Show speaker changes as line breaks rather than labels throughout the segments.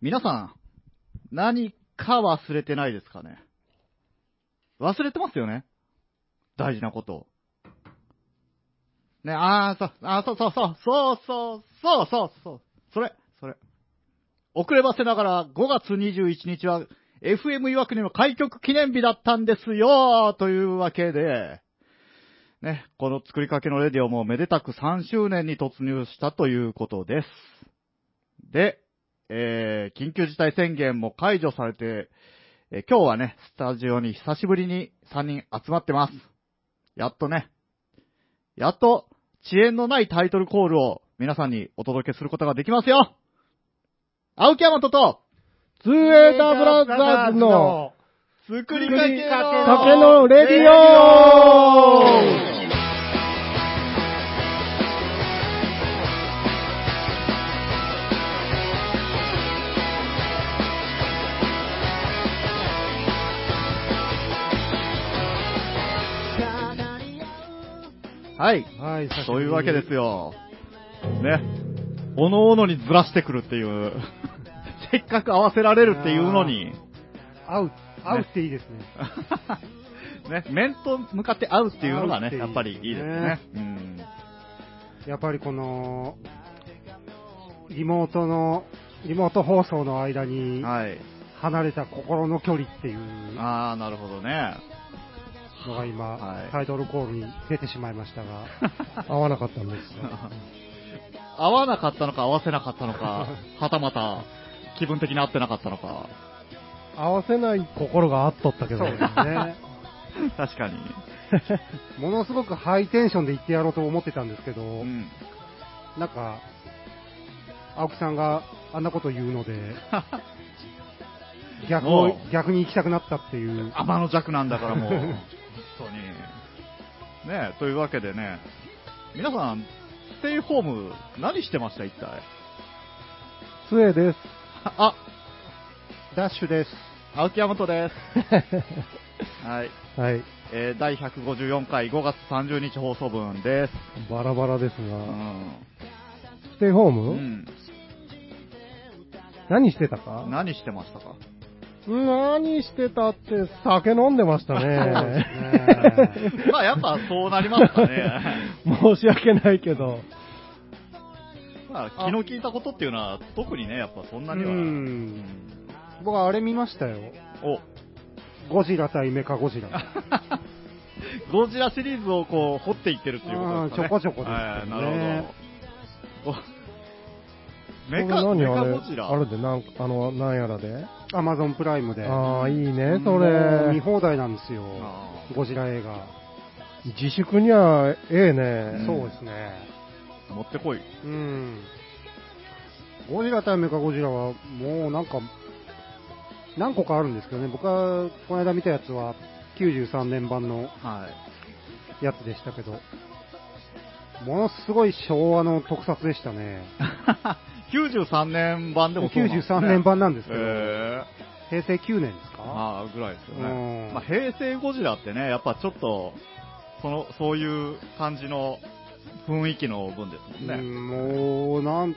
皆さん、何か忘れてないですかね忘れてますよね大事なことを。ね、あー、そう、あー、そうそうそう、そうそう、そうそう、そう、それ、それ。遅ればせながら5月21日は FM 岩国の開局記念日だったんですよというわけで、ね、この作りかけのレディオもめでたく3周年に突入したということです。で、えー緊急事態宣言も解除されて、えー今日はね、スタジオに久しぶりに3人集まってます。やっとね、やっと遅延のないタイトルコールを皆さんにお届けすることができますよ青木山とと、
ツーエイターブラザーズの
作
り
りかけ
かけの
の
竹のレディオ
はい。
はい、
そういうわけです。よ。ね。おのおのにずらしてくるっていう。 せっかく合わせられるっていうのに。
合う、合うっていいですね。
ね、面と向かって合うっていうのがね、
合
やっ
うって
ぱ
い
り
い
いいで
で
すす
ね
ね。うん。
やっぱりこの、リモートの、リモート放送の間に、
はい。
離れた心の距離っていう
あー、なるほどね。
のが今、
はい
タイトルコールに出てしまいましたが、合わなかったんですよ。
合わなかったのか合わせなかったの か、はたまた気分的に合ってなかったのか。
合わせない心があっとったけ
そう
ど、
ですね。
確かに。
ものすごくハイテンションで言ってやろうと思ってたんですけど、
うん。
なんか、青木さんがあんなこと言うので、逆
も
を
う
逆に行きたくなったっていう、
天の弱なんだから もう、本当に。ねえというわけでね、皆さん、ステイホーム、何してました、一体。
杖です。
あ、
ダッシュです。
青木山本 です。はい。
はい。
えー第154回5月30日放送分です。
バラバラです
う
が、
ん。
ステイホーム、
うん。
何してたか
何してましたか
何してたって酒飲んでましたね。
まあやっぱそうなりますかね。
申し訳ないけど、
まあ気の利いたことっていうのは特にね、やっぱそんなには。
うん
うん
僕はあれ見ましたよ、
お、
ゴジラ対メカゴジラ、
ゴジラシリーズをこう掘っていってるっていうことですかね。
あーちょこちょこですね
はいなるほど。おメカ、
これ
メ
何あ
カ
れ
ゴジラ。
あれで、なんか、あの、なんやらで。
アマゾンプライムで、
ああ、いいね、そ
もう見
れ。
放題なんですよ、
あ
ゴジラ映画、
自粛にはええ
ん
ね。
そうですね、
ー持ってこい。
うん、ゴジラ対メカゴジラは、もうなんか、何個かあるんですけどね、僕はこの間見たやつは、93年版の
はい。
やつでしたけど、ものすごい昭和の特撮でしたね。
93年版でもそうなんですね
93年版なんですけど、
え
平成9年です
ー、
か
まあぐらいですよ
う
ね
ん。
まあ平成ゴジラってね、やっぱちょっと、その、そういう感じの雰囲気の分ですもんね。
うんもう、なん、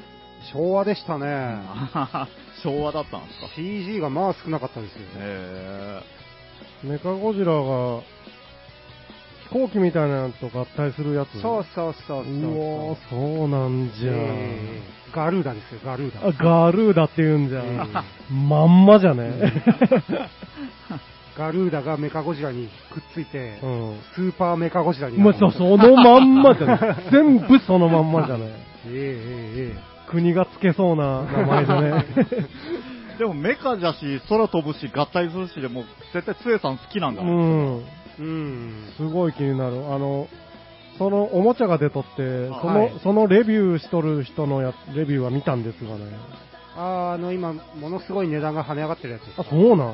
昭和でしたね。
昭和だったんですか。
CG がまあ少なかったですよね。
え
メカゴジラが、飛行機みたいなのと合体するやつ。
そうそうそうそうそう。
うわーそうなんじゃん、
えーガルーダですよ、ガルーダ。
あガルーダって言うんじゃん、まんまじゃね、
ガルーダがメカゴジラにくっつい て、
うん、
スーパーメカゴジラにな
もう
る。
そうそのまんまじゃね 全部そのまんまじゃね
えええええ
国がつけそうな名前 でね
ー でもメカじゃし、空飛ぶし、合体するしでもう絶対つえさん好きなんだ
う
ろう。
ん
えうん。
すごい気になるあのそのおもちゃが出とってその,、
はい
そのレビューしとる人のやレビューは見たんですがね
あーあの、今、ものすごい値段が跳ね上がってるやつですか
あそうなん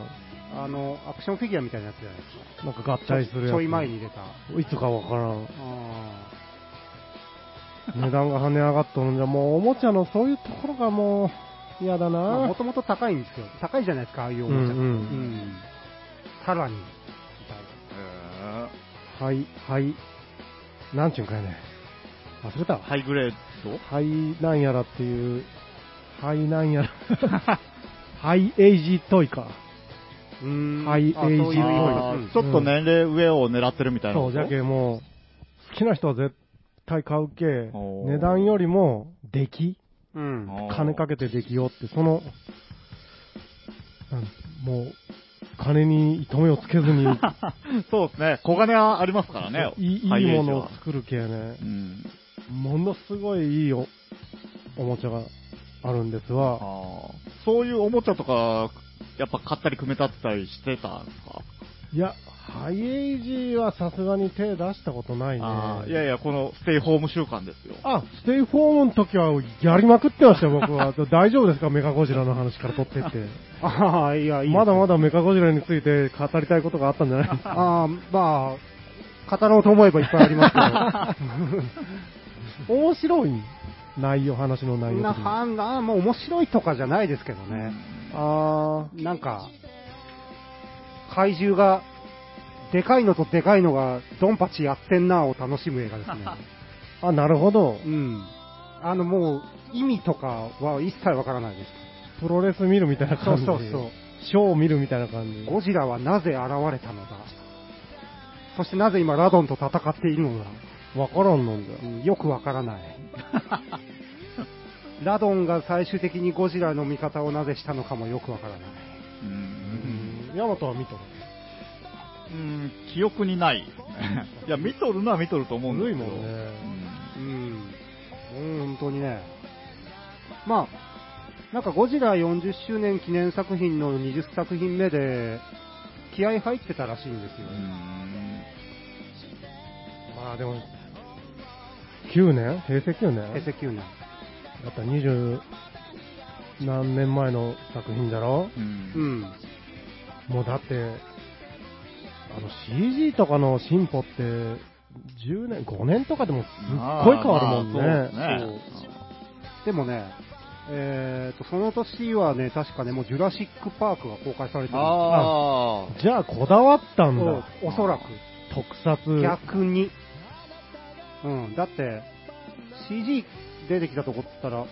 あの、アクションフィギュアみたいなやつじゃないですか。
なんか合体するやつ
ちょい前に出た。
いつかわからん
あ
値段が跳ね上がっとるんじゃ、もうおもちゃのそういうところがもう嫌だ
も
な。
ともと高いんですよ。高いじゃないですか、ああいうおもちゃっ
う
て。
んうん
うんさらに、み
へ
はい、はい。なんちゅうんかいね。忘れた
ーハイグレード
はい、なんやらっていう、はい、なんやら。ハイエイジトイか。
うーん
はい
あそういう意味
あー
うん
ちょっと年齢上を狙ってるみたいな
そ
こ
う、
と。
じゃけもう、好きな人は絶対買うけ、
おー
値段よりも、出来、
うん。
あー
金かけて出来よって、その、なんもう、金に糸目をつけず に、
そうですね。小金はありますからね。
いいい
ハイ
い
エー
も
ジ
のを
は
作るけね
う、ん。
ものすごいいいおおもちゃがあるんです
あ
わ。
ーそういうおもちゃとか、やっぱ買ったり組み立てたりしてたんですか
いや、ハイエイジはさすがに手出したことないね。
あーいやいや、このステイホーム習慣です よ。
あ、ステイホームの時はやりまくってましたよ、僕 は。大丈夫ですか、メカゴジラの話から取ってって。
ああ、いや、いいですね
まだまだメカゴジラについて語りたいことがあったんじゃないですか。
ああ、まあ、語ろうと思えばいっぱいありま す
面白い内容、話の
けど。
内容
な、
的に。あ
はん、ああ、もう面白いとかじゃないですけどね。
あ
なんか、怪獣が、でかいのとでかいのが、ドンパチやってんなを楽しむ映画です ね。
ー、あ、なるほど
う。ん。あの、もう、意味とかは一切わからないです。
プロレス見るみたいな感じ。
そうそうそう。
ショーを見るみたいな感じ。
ゴジラはなぜ現れたのだそしてなぜ今ラドンと戦っているのだ
わからんのんじゃ。
うんよくわからない。ラドンが最終的にゴジラの味方をなぜしたのかもよくわからない。
うん
うん。ヤマトは見たの。
うん、記憶にない。 いや、見とるのは見とると思うんです
古い
けど。
もんね。
うん。うん本当にね。まあ、なんかゴジラ40周年記念作品の20作品目で、気合入ってたらしいんですよ。
うん
まあでも、9年平成9年
平成9年。
だったら20何年前の作品じゃろ
うん
う
うん
ん。
もうだって、あの CG とかの進歩って、10年、5年とかでもすっごい変わるもんね。
まあそうですね
でもね、えーと、その年はね、確かね、もうジュラシックパークが公開されてるん
あ
じゃあこだわったん
ですよ
だ。
そうおそらく。
特撮。
逆に。うん、だって、CG 出てきたとこって言ったら、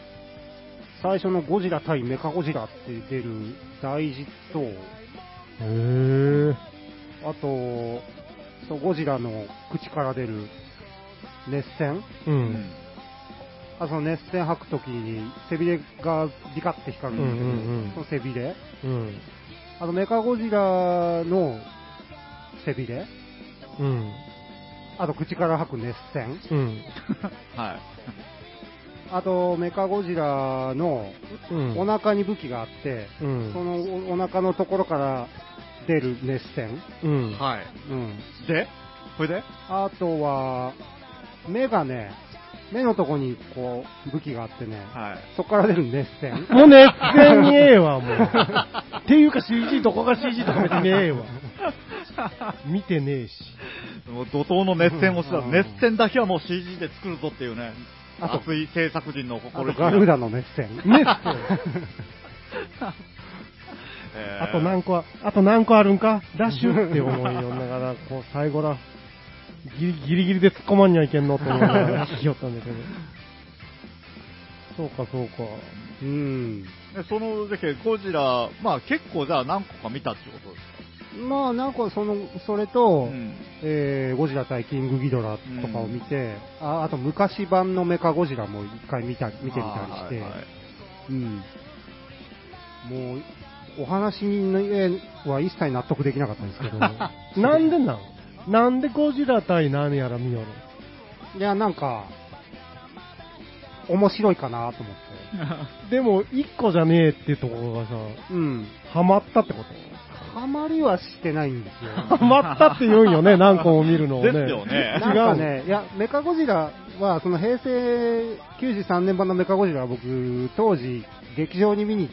最初のゴジラ対メカゴジラって出る大事と、
へー
あと、そうゴジラの口から出る熱線
う。
あ。うん
あその熱線吐くときに背びれがビカって光るんですけど、
うんうんうん
その背びれ
うん。
あのメカゴジラの背びれ
うん。
あと口から吐く熱線
うん。
はい。
あとメカゴジラの
うん。
お腹に武器があって、
うん
そ。のおお腹のところから出る熱線、
うん。
はい。
うん、
で、これで
あとは目がね目のとこにこう武器があってね、
はい。
そこから出る熱線
もう熱戦にええわ、もう。っていうか CG どこが CG とか別にねえわ。見てねえし。
もう怒涛の熱戦をした
う。ん
熱戦だけはもう CG で作るぞっていうね。
あと
熱い制作人の
あ
心
と
意気が
ガル ーダの熱線
熱線。
えー
あと何個あ、あと何個あるんかダッシュって思いよながら、こう最後ら、ギリギリギリで突っ込まんにはいけんのと思いながら聞きよったんだけど。そうかそうか。
うん
でその、だけどゴジラ、まあ結構じゃあ何個か見たってことですか
まあなんかそのそれと、
ん。
えーゴジラ対キングギドラとかを見て、ああと昔版のメカゴジラも一回見た見てみたりして、
はいはい
うん、もうお話には一切納得できなかったんです けど
なんでなんなんでゴジラ対何やら見よる
いやなんか面白いかなと思って
でも、一個じゃねえっていうところがさ、
うん
ハマったってこと
ハマりはしてないんですよ
ハマったって言うんよね、何個も見るのをね。
ですよね
なんかねいやメカゴジラはその平成93年版のメカゴジラは僕当時劇場に見に行っ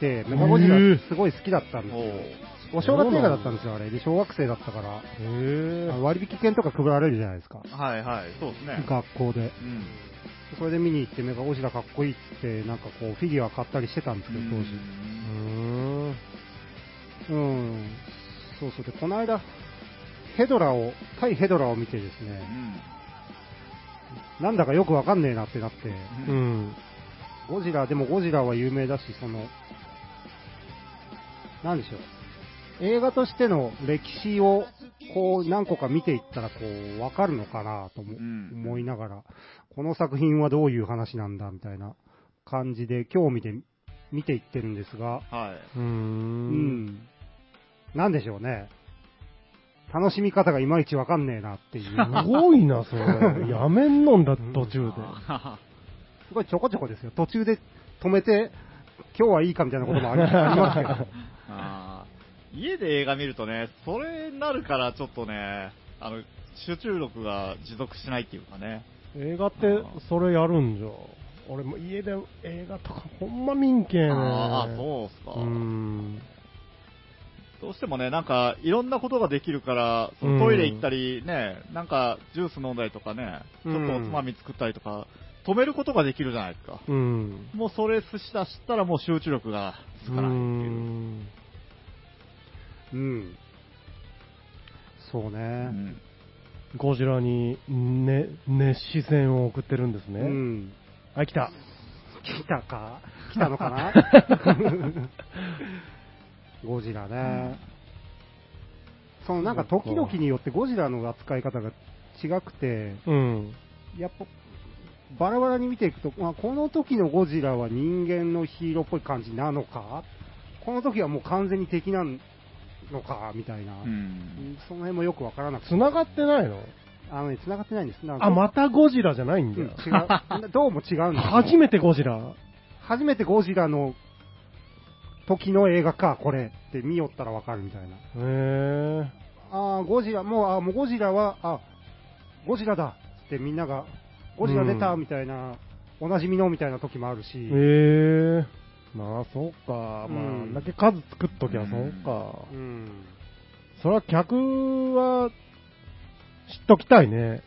てメカゴジラすごい好きだったんですよ、お正月映画だったんですよあれで小学生だったから
違うの。へ
割引券とか配られるじゃないですか
はいはい、そうですね。
学校で
うん。
それで見に行ってメカゴジラかっこいいっつってなんかこうフィギュア買ったりしてたんですけど当時
え。うーん。
うんそうそうでこの間ヘドラを対ヘドラを見てです
う
ね
ん
なんだかよくわかんねえなってなって
うん。
ゴジラでもゴジラは有名だしそのなんでしょう。映画としての歴史を、こう、何個か見ていったら、こう、わかるのかなとも
うん
思いながら、この作品はどういう話なんだ、みたいな感じで、興味で見ていってるんですが、
は
うー。
うんん。なんでしょうね。楽しみ方がいまいちわかんねえなっていう。
すごいな、それ。やめんのんだ、途中で。
い。
すごいちょこちょこですよ。途中で止めて、今日はいいかみたいなこともありありますけど。
あー家で映画見るとね、それになるからちょっとね、あの、集中力が持続しないっていうかね。
映画って、それやるんじゃ。俺も家で映画とか、ほんま民家ね。
あーあ、そうっすか。
うん。
どうしてもね、なんか、いろんなことができるから、そのトイレ行ったりね、なんか、ジュース飲んだりとかね、ちょっとおつまみ作ったりとか、止めることができるじゃないですか。
うん。
もうそれしだしたらもう集中力がつかないっていう。
うん。そう
う
ね。
ん
ゴジラに、ね、熱視線を送ってるんです
う
ね。
ん。
あ、来た。
来たか来たのか なゴジラね。そのなんか時々によってゴジラの扱い方が違くて、
うん。
やっぱ、バラバラに見ていくと、まあ、この時のゴジラは人間のヒーローっぽい感じなのか、この時はもう完全に敵なのか、みたいな、
うん。
その辺もよくわからなくて、
繋がってないの
あのね、繋がってないんです。なんか
あ、またゴジラじゃないん
う
だ
ん違
よ。
う。どうも違うんですよ
初めてゴジラ。
初めてゴジラの時の映画か、これって見よったらわかるみたいな。
へえ。
ああ、ゴジラ、もう、あーもうゴジラは、あゴジラだってみんなが、ゴジラ出た
うん
みたいな、おなじみのみたいな時もあるし、
へえ。まあ、そうか。まあ、
うん
あんだけ数作っときゃそうか。
うん。
それは客は、知っときたいね。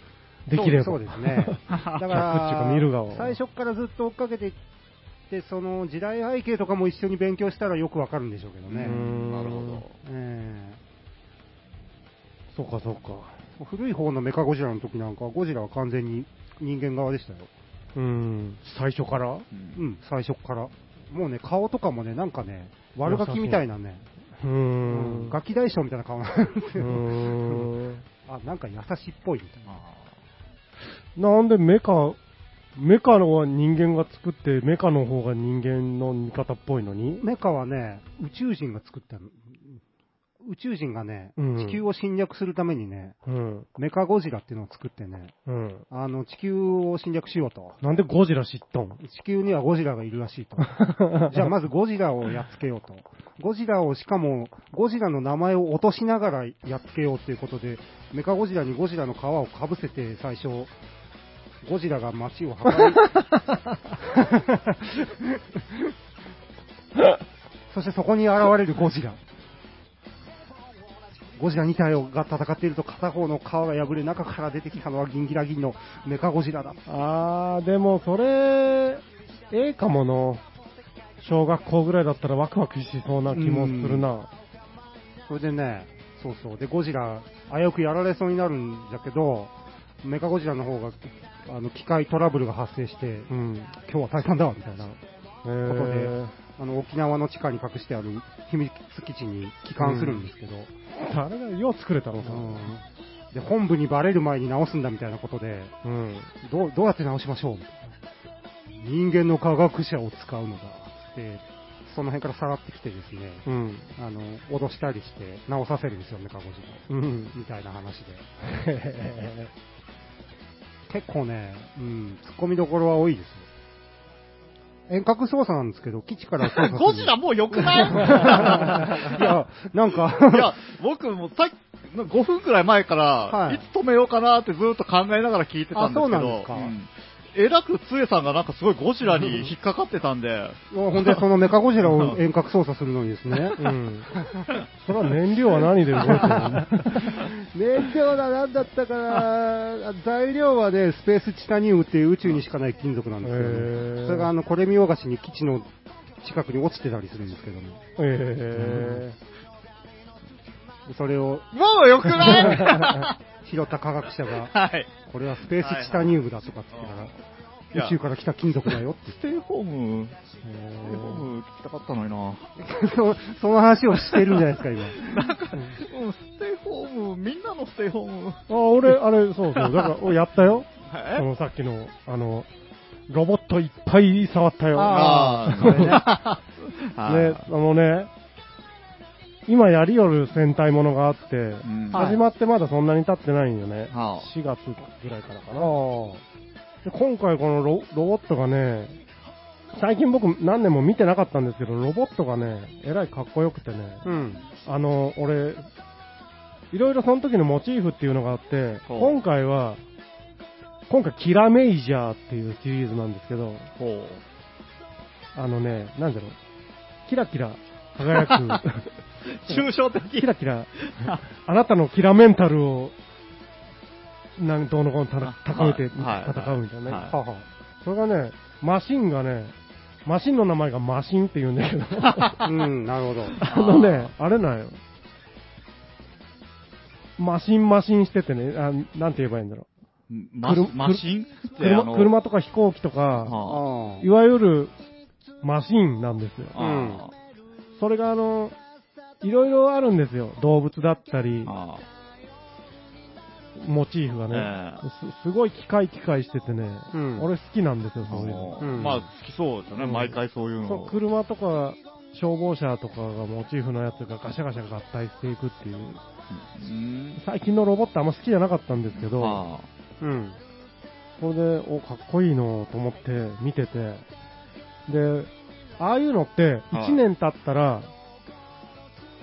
できれば。
そうそうですね。
客
だか
っていうか見る
ら
側、
最初からずっと追っかけていって、その時代背景とかも一緒に勉強したらよくわかるんでしょうけど
う
ね。
んなるほど。
え
そうか、そうか。
え古い方のメカゴジラの時なんかは、ゴジラは完全に人間側でしたよ。
うん。最初から
うん
うん、最初から。もうね、顔とかもね、なんかね、悪ガキみたいなね、
う。
うんガキ大将みたいな顔なんです
う
よ。
ん。
あ、なんか優しいっぽいみたいな。
あ
なんでメカ、メカのは人間が作って、メカの方が人間の味方っぽいのに
メカはね、宇宙人が作ったの。宇宙人がね、
うん
地球を侵略するためにね、
うん。
メカゴジラっていうのを作ってね、
うん。
あの、地球を侵略しようと。
なんでゴジラ知っと ん
地球にはゴジラがいるらしいと。 じゃあまずゴジラをやっつけようと。ゴジラをしかも、ゴジラの名前を落としながらやっつけようっていうことで、メカゴジラにゴジラの皮をかぶせて最初、ゴジラが街を破壊。そしてそこに現れるゴジラ。ゴジラ2体が戦っていると片方の皮が破れ中から出てきたのはギンギラギンのメカゴジラだ。
あー、でもそれ、ええかもの。小学校ぐらいだったらワクワクしそうな気もするな。
それでね、そうそう、で、ゴジラ、危うくやられそうになるんだけど、メカゴジラの方が、あの、機械トラブルが発生して、
うん。
今日は退散だわ、みたいな。
え
ことで
ー、
あの、沖縄の地下に隠してある秘密基地に帰還するんですけど、
誰がよう作れたのさ。
うんで、本部にバレる前に直すんだ、みたいなことで、
うん。
どう、どうやって直しましょうみたいな人間の科学者を使うのだ、って、その辺からさらってきてですね、
うん。
あの、脅したりして、直させるんですよ、メカゴジラ。
うん。
みたいな話で。結構ね、うん、突っ込みどころは多いですよ。遠隔操作なんですけど、基地から操作
ー
する。
ゴジラもう良く ない
いや、なんか、
いや、僕もさっき、5分くらい前から、
はい
い、つ止めようかなってずっと考えながら聞いてたんですけど、
あそうなんですか
んえらくつえさんがなんかすごいゴジラに引っかかってたんで、
ほんでそのメカゴジラを遠隔操作するのにですね、
うん。それは燃料は何で動いてるの
燃料だなんだったかな、 材料はね、スペースチタニウムっていう宇宙にしかない金属なんですけど、
へー
それがあの、これ見よがしに基地の近くに落ちてたりするんですけども、
え
それを
もう良く ない
拾った科学者が、
はい。
これはスペースチタニウムだとかって言ったら、
いや
宇宙から来た金属だよって。
ステイホーム、ス
え
テイホームたかったのにな。
そその話をしてるんじゃないですか、今。
なんか、うん、ステイホーム、みんなのステイホーム。
あ、俺、あれ、そうそう。だから、おやったよ。
え
そのさっきの、あの、ロボットいっぱい触ったよ。
あー
あ
あ
ね、あのね、今やりよる戦隊ものがあって、
ん
始まってまだそんなに経ってないんよね。
は
4月ぐらいからかな。で今回このロロボットがね、最近僕何年も見てなかったんですけど、ロボットがね、えらいかっこよくてね、
うん。
あの、俺、いろいろその時のモチーフっていうのがあって、
ほう
今回は、今回キラメイジャーっていうシリーズなんですけど、
ほう。
あのね、なんだろう、キラキラ輝く、
抽象的。
キラキラ、あなたのキラメンタルを、なんどうのこうのたた高めて
はいはい
戦うみたいなね。
はい
ははそれがね、マシンがね、マシンの名前がマシンって言うんだ けど、あ
うん、なるほ
の
ど。
ね、あれなんよ。マシンマシンしててね、あなんて言えばいいんだろ
マ
車
マシンっ
う。
てあの
車車とか飛行機とか、
は
あ
いわゆるマシンなんですよ。
ああ
それがあの、いろいろあるんですよ。動物だったり
あ、ああ
モチーフがね、すすごい機械機械しててね、
うん
俺好きなんですよ、そういうの。
うん
ん
まあ、好きそうですよね、
うん
毎回そういうの
そう車とか消防車とかがモチーフのやつがガシャガシャ合体していくってい
う
う、
ん
最近のロボットあんま好きじゃなかったんですけど、
あ
うん。
これで、お、かっこいいのと思って見てて、で、ああいうのって、
はい
1年経ったら、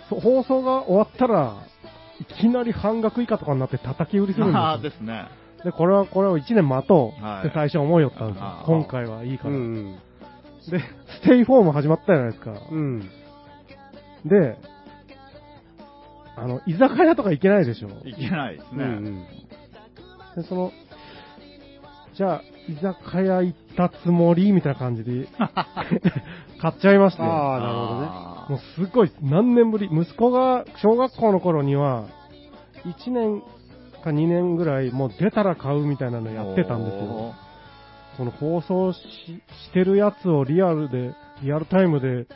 そ放送が終わったら、いきなり半額以下とかになって叩き売りするんです
あああ
よ。
ですね。
で、これは、これを1年待とう
は
っ
い
て最初思いよったんですよ。
あー
今回はいいか
う
ら。
ん。
で、ステイフォーム始まったじゃないですか。
うん。
で、あの、居酒屋とか行けないでしょ。
いけないです
うん。う
ね。
ん。
で、その、じゃあ、居酒屋行ったつもりみたいな感じ で、買っちゃいましたよ。
あーなるほどね
あ
もうすごい、何年ぶり、息子が小学校の頃には、1年か2年ぐらい、もう出たら買うみたいなのやってたんですよ。
おー
その放送ししてるやつをリアルで、リアルタイムで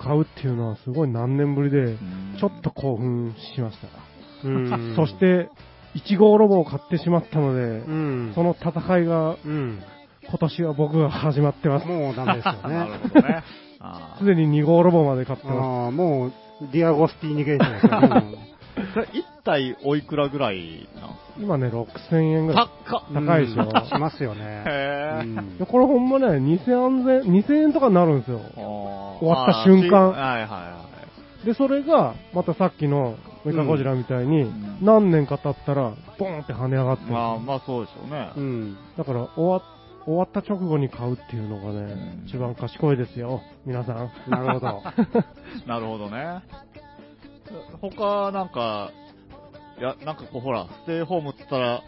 買うっていうのはすごい何年ぶりで、ちょっと興奮しました。
うん
そし、て、1号ロボを買ってしまったので
う、ん。
その戦いが
うん。
今年は僕は始まってます。
もうダメですよ
なる
ね。
ほどね。あ
すでに2号ロボまで買ってま
ああ、もう、ディアゴスティーニゲーションですよね。
あ。それ、一体おいくらぐらいなんです
す。今ね、6000円ぐらい。
高っ。
高いでしょ
うんしますよね。
へ
う
え。
ん
いやこれほんまね、2000円、2000円とかになるんですよ。
終
終わった瞬間
はいはいはい。
で、それが、またさっきのメカゴジラみたいに
ん、
何年か経ったら、ボーンって跳ね上がってる
まあまあそうでしょうね。
うん。
だから終わ、終わった直後に買うっていうのがね
う、ん
一番賢いですよ、皆さん。
なるほど。
なるほどね。他なんか、いや、なんかこうほら、ステイホームって言ったら、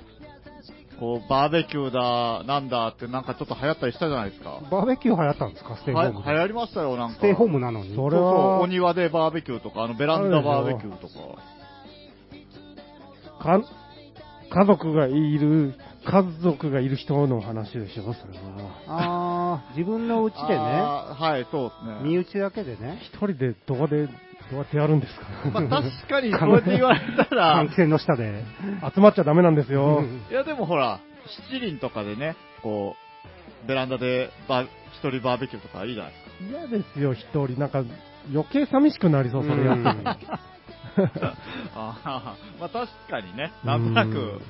こう、バーベキューだ、なんだってなんかちょっと流行ったりしたじゃないですか。
バーベキュー流行ったんですか、ステイホ
は
ー
流
ム。
行りましたよ、なんか。
ステイホームなのに。
そ
そう
れは
そう、お庭でバーベキューとか、あのベランダバーベキューとか。
か、家族がいる、家族がいる人の話でしょ、それは。
ああ、自分の家でね、
あーはい、そうです
身
ね。
内だけでね、
一人でどこで、どうやってやるんです
まあ
か、
確 かにそうやって言われたら
換、気扇の下で。
集まっちゃダメなんです
う
よ。
ん
いやでもほら、七輪とかでね、こう、ベランダでバー一人バーベキューとかいいじゃないですか。
嫌ですよ、一人。なんか、余計寂しくなりそう、それやってたら
あーまあ確かにね、なんとなく。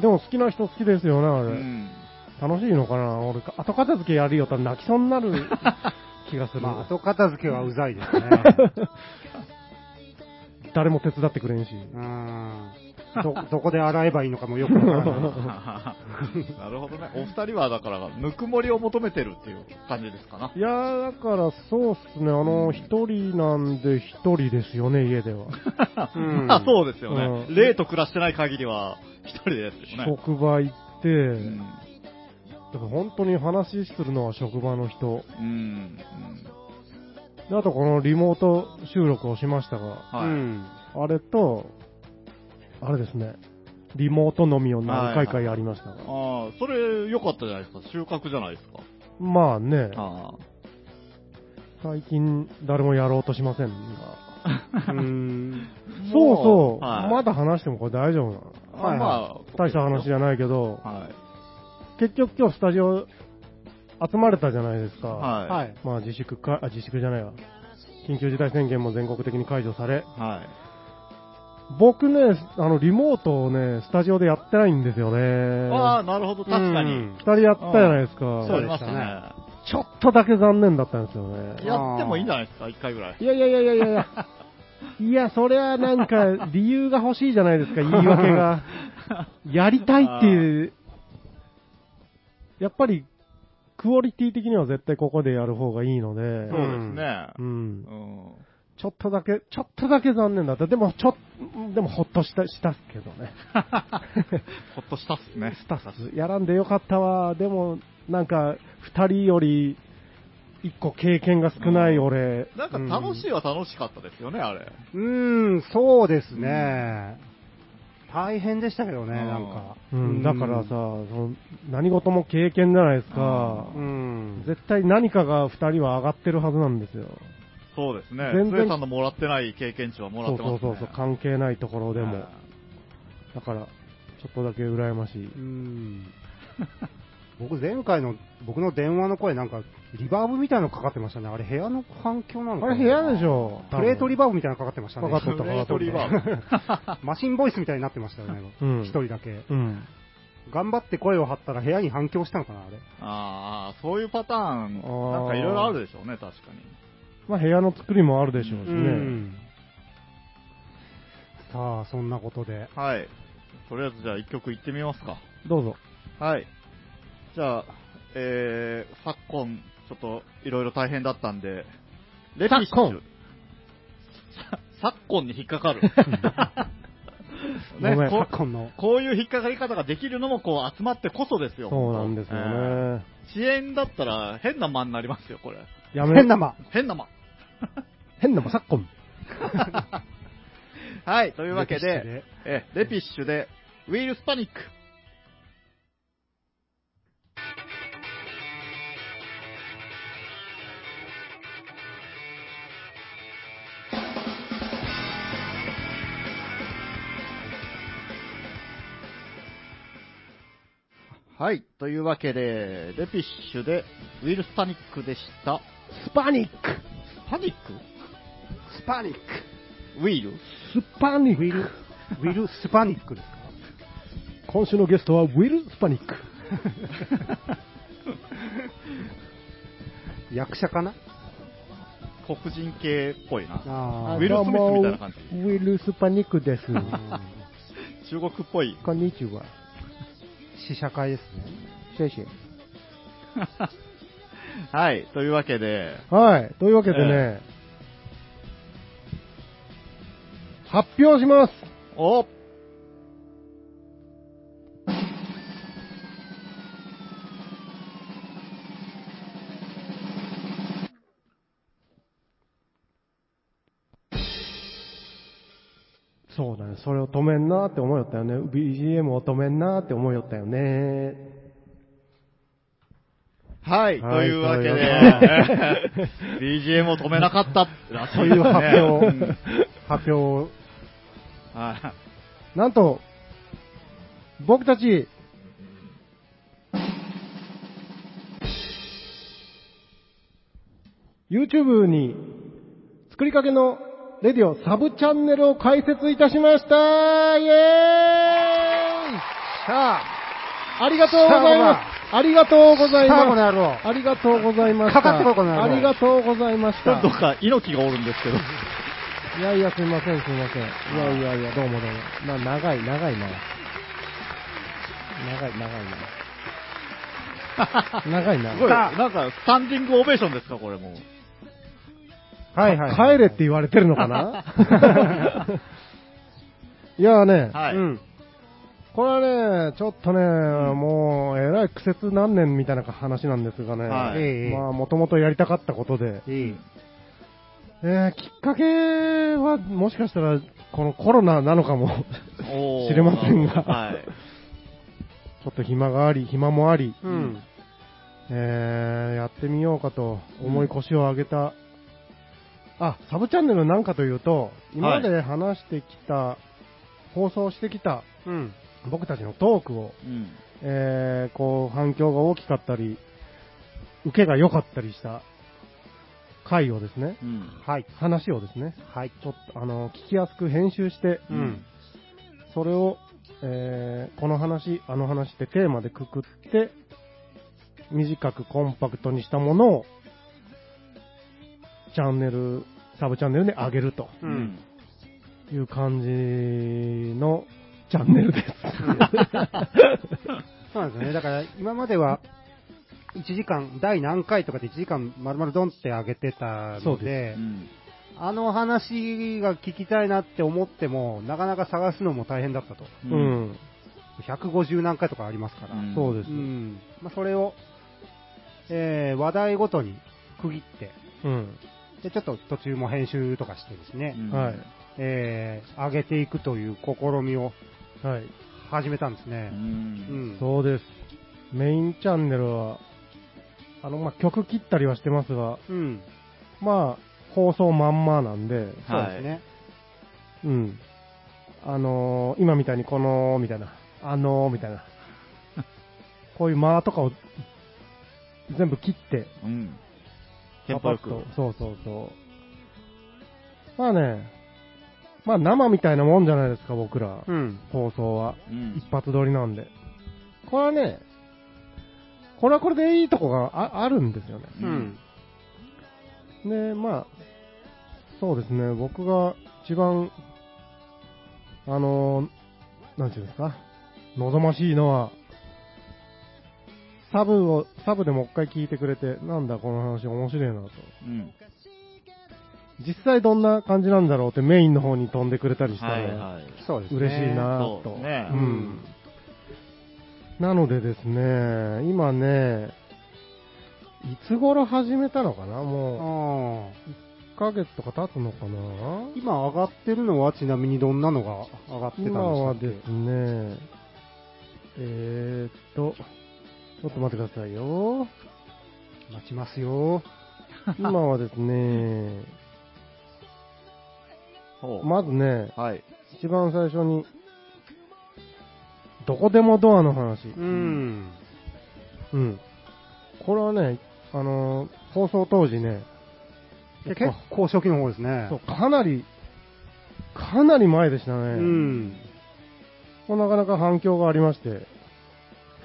でも好きな人好きですよね、あ
う
れ。
ん。
楽しいのかな俺、後片付けやるよったら泣きそうになる気がする。
まあ、後片付けはうざいですね。
誰も手伝ってくれんし。
うん。ど、どこで洗えばいいのかもよくわからない。
なるほどね。お二人はだから、ぬくもりを求めてるっていう感じですかな。
いやー、だからそうっすね、あの、一人なんで一人ですよね、家では。
うん
まあそうですよね。
うん
例と暮らしてない限りは、一人ですよね。
職場行って、
うん。
だから本当に話するのは職場の人。
うん。
であとこのリモート収録をしましたが、
は
う
い。
ん。
あれと、あれですね、リモート飲みを何回かやりました
あ
が。
あ、それ良かったじゃないですか。収穫じゃないですか。
まあね、
あ
最近、誰もやろうとしませんが。
うーん。
そうそう、
はい
まだ話してもこれ大丈夫なの
あ
はい
まあ、
大した話じゃないけど、
はい。
結局今日スタジオ集まれたじゃないですか。
は。
はいい。
まあ自粛か、あ、自粛じゃないわ。緊急事態宣言も全国的に解除され。
はい。
僕ね、あの、リモートをね、スタジオでやってないんですよね。
ああ、なるほど、確か
う
に
ん。
二人やったじゃないですか。
そ
や
う
り
で
ま
し
したた
ね
ね。
ちょっとだけ残念だったんですよね。
やってもいいんじゃないですか、一回ぐらい。
いやいやいやいやいやいや。 いや、それはなんか、理由が欲しいじゃないですか、言い訳 が。やりたいっていう。やっぱり、クオリティ的には絶対ここでやる方がいいので。
そうですね。
うん
う。ん。
ちょっとだけ、ちょっとだけ残念だった。でも、ちょっ、でもほっとした、したっすけど ね。
ほっとしたっすね。
したっす。やらんでよかったわ。でも、なんか、二人より、一個経験が少ない俺。
なんか楽し
い。
いは楽しかったですよね、あれ。
うーん、そうですね。大変でしたけどね、
うん
なんか。
うん、だからさ、その何事も経験じゃないですか。
うん。
絶対何かが二人は上がってるはずなんですよ。
そうですね。
全然
全さんのもらってない経験値はもら
そ
っ
う
てます
そ
ね
う。そうそう、関係ないところでも
は。
だから、ちょっとだけ羨ましい。
うん。僕、前回の、僕の電話の声、なんか、リバーブみたいなのかかってましたね。あれ、部屋の環境なの
あ
かな
れ部屋でしょ
プレートリ
バ
バーブみたいなのかかってましたね。
かかっとった
プレートリバーブ。
マシンボイスみたいになってましたよね、
う
今
ん
一人だけ。
うん。
頑張って声を張ったら部屋に反響したのかな、あれ。
ああ、そういうパターン、
あー
なんかいろいろあるでしょうね、確かに。
まあ部屋の作りもあるでしょうし
う
ね。
んさあ、そんなことで。
はい。とりあえずじゃあ一曲いってみますか。
どうぞ。
はい。じゃあ、えー、昨今、ちょっといろいろ大変だったんで、レピッシ
昨
ュ
今。
さ昨今に引っかかる。
ごめ
ね、
ん
こ
昨今の。
こういう引っかかり方ができるのもこう集まってこそですよ。
そうなんですよ
えー
ね。
遅延だったら変な間になりますよ、これ。
やめ
変な間。
変な間。
変なも昨今。
はい、というわけ
レピッシュ
で、
で
えレピッシュで、ウィルスパニック。はい。というわけで、レピッシュで、ウィルスパニックでした。
スパニック
スパニック
スパニック。
ウィル
スパニッ
ウィル
ク。、
ウィル・スパニックですか
今週のゲストはウィル・スパニック。
役者かな
黒人系っぽいな。
あ
ウ
ー
ィル・スミスみたいな感じ。
ウィル・スパニックです。
中国っぽい。
こんにちは。
試写会です
シェイシェイ。
はい、というわけで、
はい。というわけでね、発表します
お
そうだね。それを止めんなーって思いよったよね。BGM を止めんなーって思いよったよね。
はい、と
はい
いうわけで、BGM を止めなかったらし
ね。と
い
いう発
ですね
表、発表を
うんはい
なんと、僕たち、YouTube に作りかけのレディオサブチャンネルを開設いたしましたイエーイ
さあ、
ありがとうございますありがとうござい
さあ、こ
ます
の野郎。
ありがとうございました
かかってこいこの野郎
ありがとうございまし
ちょ
た
っとどっか猪木がおるんですけど、
いやいや、すいません、すいません。いやいやいや、どうもどうも。な、長い、長いな。長い、長 いな。長いな。
すごい、なんかスタンディングオベーションですか、これもう。
はいはい。
帰れって言われてるの かないやね、
はい。
うん。
これはね、ちょっとね、もう、えらい苦節何年みたいな話なんですがね、
はい
ええ
まあ、もともとやりたかったことで、
いい。
えーきっかけは、もしかしたら、このコロナなのかも。
おー
知れませんが
はい。
ちょっと暇があり、暇もあり、
うん。
えーやってみようかと思い腰を上げたあ、サブチャンネルなんかというと、今まで話してきた、放送してきた
うん。
僕たちのトークを、
うん。
えー、こう、反響が大きかったり、受けが良かったりした回をですね、
うん。
はい、話をですね、はい、ちょっと、あの、聞きやすく編集して、
うん。
それを、えーこの話、あの話ってテーマでくくって、短くコンパクトにしたものを、チャンネル、サブチャンネルで上げると
う
うんん。
いう感じのチャンネルです。
そうなんですよね。だから、今までは、1時間、第何回とかで1時間丸々ドンって上げてた
そう
の
う
で、
ん。
あの話が聞きたいなって思っても、なかなか探すのも大変だったと。
う。
うんん。
150何回とかありますから。
うん
そうです
う。ん。まあ、それを、えー、話題ごとに区切って、
うん。
で、ちょっと途中も編集とかしてですね、
うん
はい。
えー、上げていくという試みを
はい。
始めたんです
う。
ね。うんん。
そうです。メインチャンネルは、あの、まあ、曲切ったりはしてますが、
うん。
まあ、放送まんまなんで、
そうですね。
うん。あのー今みたいにこの、みたいな、あのーみ たいな、こういう間とかを全部切って、
うん。テンポよく
パ。パッとそうそうそう。まあね、まあ生みたいなもんじゃないですか、僕ら、
うん。
放送は。
うん
一。発撮りなんで。これはね、これはこれでいいとこがああるんですよね。
う
うんん。
で、まあ、そうですね、僕が一番、あの、なんていうんですか、望ましいのは、サブを、サブでもう一回聞いてくれて、なんだこの話面白いなと。
うん。
実際どんな感じなんだろうってメインの方に飛んでくれたりしたら、
はいはい。
そうですね。
嬉しいな
そ
ぁ
う
と
ですね
うん。なのでですね、今ね、いつ頃始めたのかなも
あ
う、1ヶ月とか経つのかな
ー今上がってるのはちなみにどんなのが上がってたんですか
今はですね、えー、っと、ちょっと待ってください よ。
待ちますよ。
今はですね、
ほう。
まずね、
はい。
一番最初に、どこでもドアの話。
うん。
うん。これはね、あのー放送当時ね、
結構初期の方ですね。
そうかなり、かなり前でした
う
ね。
ん。
こうなかなか反響がありまして、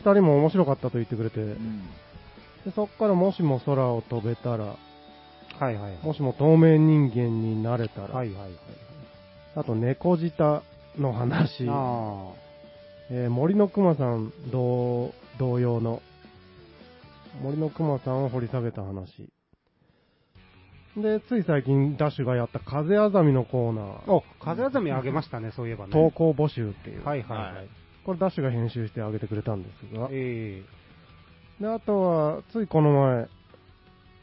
二人も面白かったと言ってくれて、
うん。
でそっからもしも空を飛べたら、
はいはいはい。
もしも透明人間になれたら、
はいはいはい。
あと猫舌の話、
あ
えー森の熊さん同同様の、森の熊さんを掘り下げた話。で、つい最近、ダッシュがやった風あざみのコーナ
あ。
ー、
お、風あざみあげましたね、そういえばね。
投稿募集っていう。
はいはいは
はいい。
これダッシュが編集してあげてくれたんですが。
え
で、あとは、ついこの前、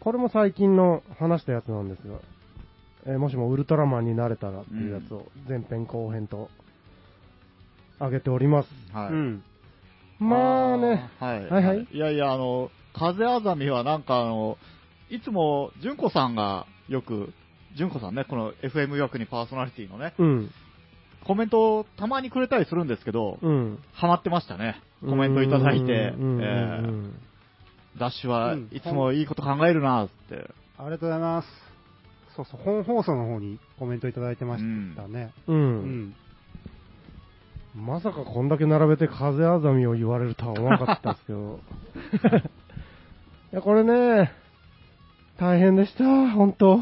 これも最近の話したやつなんですが、えーもしもウルトラマンになれたらっていうやつを前編後編と上げております。
え
は
う
い。
ん。
まあね、
あー。はい。
はいはい
いやいや、あの、風あざみはなんかあの、いつも、純子さんがよく、純子さんね、この FM 枠にパーソナリティのね、
うん、
コメントをたまにくれたりするんですけど、
うん。
ハマってましたね。コメントいただいて、え
うんうんうん
ーダッシュは
うん
いつもいいこと考えるなって。
ありがとうございます。そうそう、本放送の方にコメントいただいてましたね。
う
うんん。
まさかこんだけ並べて風あざみを言われるとは思わなかったです けど。いや、これね、大変でした、本当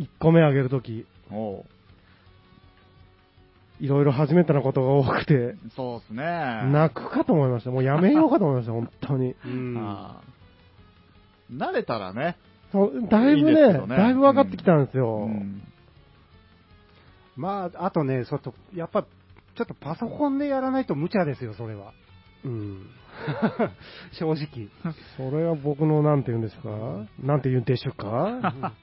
1個目あげるとき、
おう
いろいろ初めてのことが多くて、
そうですね。
泣くかと思いました。もうやめようかと思いました、本当に。
うん。
あー慣れたらね。
そうだいぶ
いいですけ
ね
どね
だいぶ分かってきたんですよ。
うん
まあ、あとね、ちょっと、やっぱ、ちょっとパソコンでやらないと無茶ですよ、それ は。うん。正直。
それは僕の、なんて言うんですかなんて言うんでしょ うか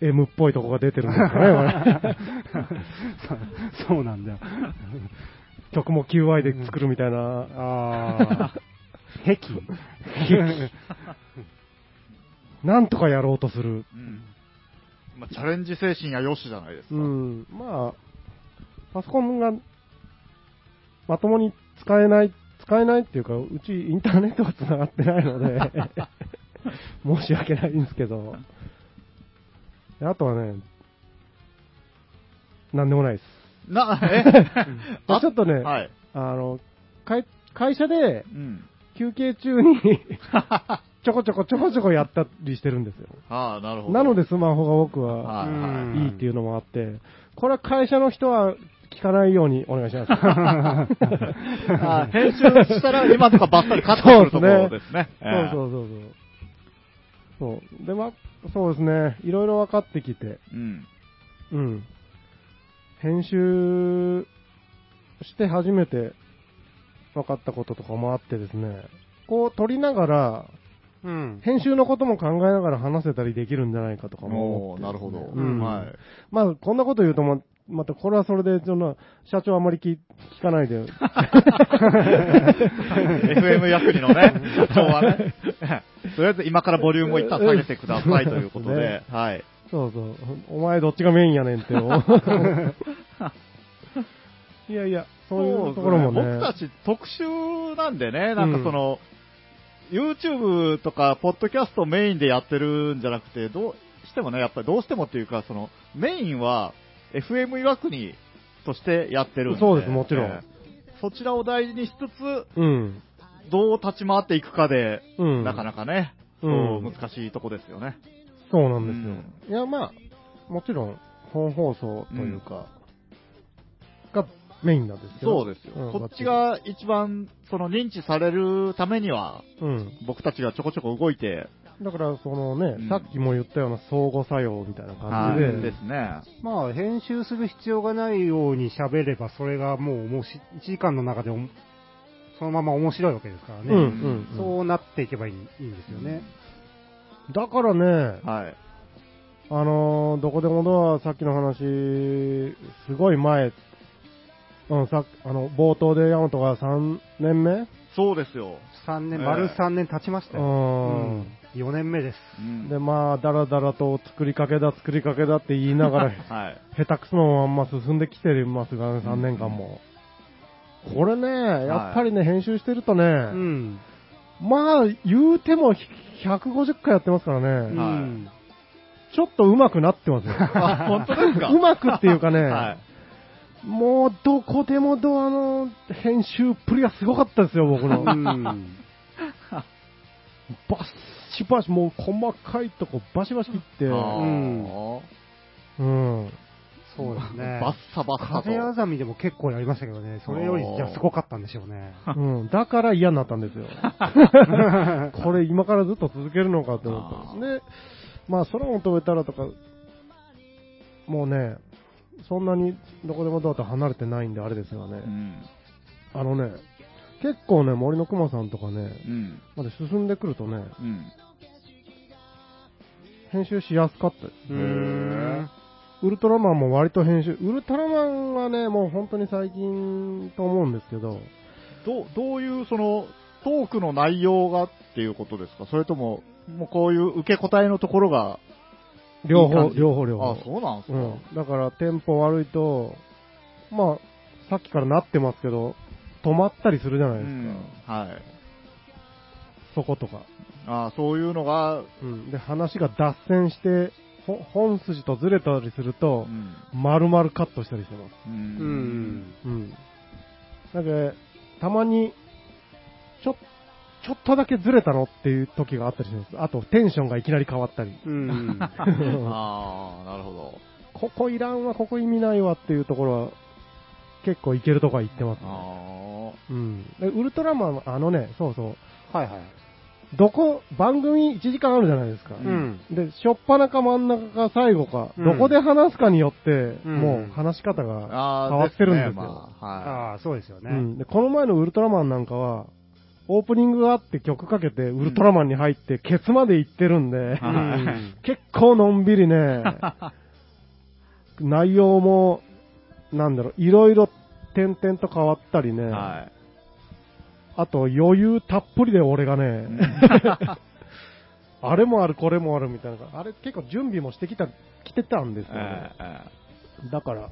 M っぽいとこが出てるんですかねこれ、
そそうなんだよ。
曲も QI で作るみたい な。
ああ。壁。
なんとかやろうとする。
うん。まあ、チャレンジ精神やよしじゃないですか。
うん。まあ、パソコンがまともに使えない、使えないっていうか、うちインターネットが繋がってないの で、申し訳ないんですけど。であとはね、なんでもないです。
な、 え
ちょっとね
はい。
あの、会会社で
うん。
休憩 中にちょこちょこちょこちょこやったりしてるんですよ。
ああ、なるほど。
なのでスマホが僕
は
は
いう
い
はい
っていうのもあって、これは会社の人は聞かないようにお願いしま す。
あー編集したら今とかばっさりカットするところですね。
そうそうそうそう。そう。で、ま、そうですね。いろいろ分かってきて、
う。うん。
うん。編集して初めて分かったこととかもあってですね。こう撮りながら、
うん。
編集のことも考えながら話せたりできるんじゃないかとかも
お
思
ー
って。
なるほど。
うん
はい。
まあ、こんなこと言うとも、またこれはそれで、その、社長あんまり聞聞か ないで。
FM 役にのね、社長はね。 とりあえず今からボリュームを一旦下げてくださいということ
そう
で
で、
はい。
そうそう。お前どっちがメインやね んって。いやいや、そういうところもね。
僕たち特殊なんでね、なんかその、YouTube とか、ポッドキャストメインでやってるんじゃなくて、どうしてもね、やっぱりどうしてもっていうか、その、メインは FM 岩国としてやってるんで。
そうですもちろん
ええそちらを大事にしつつ、
うん。
どう立ち回っていくかで、
うん。
なかなかね、
うん
そう難しいとこですよね。
そうなんですよ。いや、まあ、もちろん、本放送というか、がメインなんですけ
そ
ど。
うですよ。
うん
こっち、が一番、その認知されるためには、
うん。
僕たちがちょこちょこ動いて、
だから、そのね、
うん
さっきも言ったような相互作用みたいな感じで、
はいですね。
まあ、編集する必要がないように喋れば、それがもう、もうし1時間の中でおも、そのまま面白いわけですからね。
うんうん、うん
そうなっていけばいいいいんですよね。
だからね、
はい。
あのーどこでもドア、さっきの話、すごい前、うん、さっあの、冒頭でヤマトが3年目
そうですよ。
3年、
ええ
丸3年経ちました
う
よ。
ん。
4年目です。
うん
で、まあ、だらだらと作りかけだ、作りかけだって言いなが ら、
はい。
下手くそのまんま進んできてますがね、3年間も。これね、やっぱりね、編集してるとね、
うん。
まあ、言うても150回やってますから
う
ね、
ん。
ちょっと上手くなって ますよ。
あ、本当ですか
上手くっていうかね、
はい。
もうどこでもドアの編集っぷりがすごかったですよ、僕の。
う
バッ
ん。
シバシ、もう細かいとこバシバシ切って、
あー
うん。
そうです ね。
バッサバッサ
風あ
と。
ざみでも結構やりましたけどね、それよりじゃあすごかったんでしょう ね。
うん、だから嫌になったんですよ。これ今からずっと続けるのかって思ったんですね。まあ空を飛べたらとか、もうね、そんなにどこでもドアと離れてないんであれですが
う
ね。
ん。
あのね、結構ね、森の熊さんとかね、
うん。
まで進んでくるとね、
うん。
編集しやすかったです
うーん。
ウルトラマンも割と編集、ウルトラマンはね、もう本当に最近と思うんですけど、
どう、どういう、その、トークの内容がっていうことですかそれとも、もうこういう受け答えのところが、
両方、
いい感じ
両方、両方。
あ、そうなんです
う
か
ん。だから、テンポ悪いと、まあ、さっきからなってますけど、止まったりするじゃな
う
いですか。
ん。はい。
そことか。
あそういうのが、
うん。で、話が脱線して、ほ本筋とずれたりする
う
と、
ん。
丸々カットしたりしてます。
う
う。ん。
うん。だけど、たまに、ちょ、ちょっとだけずれたのっていう時があったりします。あと、テンションがいきなり変わった り。
うん。
ああ、なるほど。
ここいらんわ、ここ意味ないわっていうところは、結構いけるとこは行ってます、ね。
あ
うん。でウルトラマン、あのね、そうそう。
はいはい。
どこ、番組1時間あるじゃないですか。
うん。
で、しょっぱなか真ん中か最後か、
うん
どこで話すかによって、
うん
もう話し方が
あ。
変
ああ、
わってるんですよ。
ねまあはい。
ああ、そうですよ
う
ね。
ん、でこの前のウルトラマンなんかは、オープニングがあって曲かけて、ウルトラマンに入って、ケツまで行ってるんで
う、
あ
ん。
結構のんび りね、内容も、なんだろう、いろいろ点々と変わったりね、
はい。
あと余裕たっぷりで俺がね、あれもある、これもあるみたいな。あれ結構準備もしてきた、来てたんですよね。
え
だから、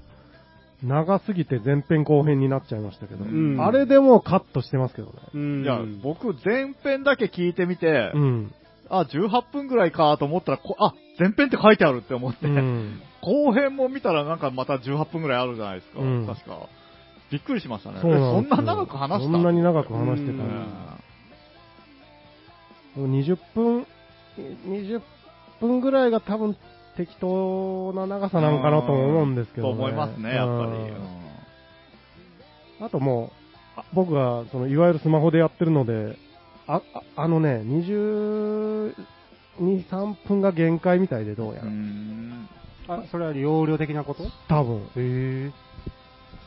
長すぎて前編後編になっちゃいましたけど、
うん
あれでもうカットしてますけどね。
うん。
いや、僕、前編だけ聞いてみて、
うん。
あ、18分ぐらいかと思ったら、こあ、前編って書いてあるって思って、
うん。
後編も見たらなんかまた18分ぐらいあるじゃないですか、
うん
確か。びっくりしましたね。
そうなん
そん
ですよ
な長く話した
そんなに長く話して
う
た
うん
ん
でも20分、20分ぐらいが多分適当な長さなのかなとも思うんですけど、ね。
と思いますね、やっぱり。
うんあともう、あ僕が、その、いわゆるスマホでやってるので、あ、ああのね、22、3分が限界みたいでどうや
う
ら。
ん
あ、それは容量的なこと
多分、
へえ。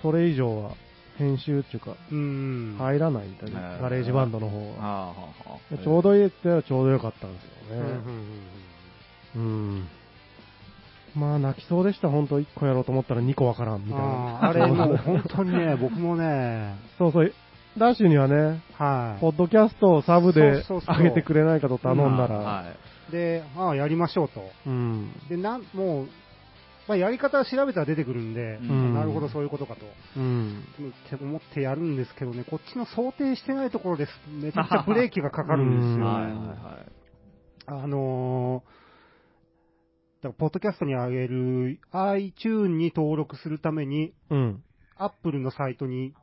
それ以上は、編集っていうか、
うん。い。
入らないみたいな、
うん
ガレージバンドの方
あーは
が。
あはあ
ちょうどいいって言ったらちょうどよかったんです
う
け
ん
ど
うん
ね。
うん
うん。まあ、泣きそうでした、本当1個やろうと思ったら2個わからん、みたい
あ
な。
ーあれもう本当にね、 僕もね、
そうそう、ダッシュにはね、
はい。
ポッドキャストをサブで
そうそうそう
上げてくれないかと頼んだら、
はい。
で、ああ、やりましょうと。
うん。
で、なん、もう、まあ、やり方調べたら出てくるんで、
うん
なるほど、そういうことかと。
うん。
って思ってやるんですけどね、こっちの想定してないところです。めちゃくちゃブレーキがかかるんですよ、
うん
ね。
はいはいはい。
あのー、だからポッドキャストに上げる iTune に登録するために、
うん。
Apple のサイトに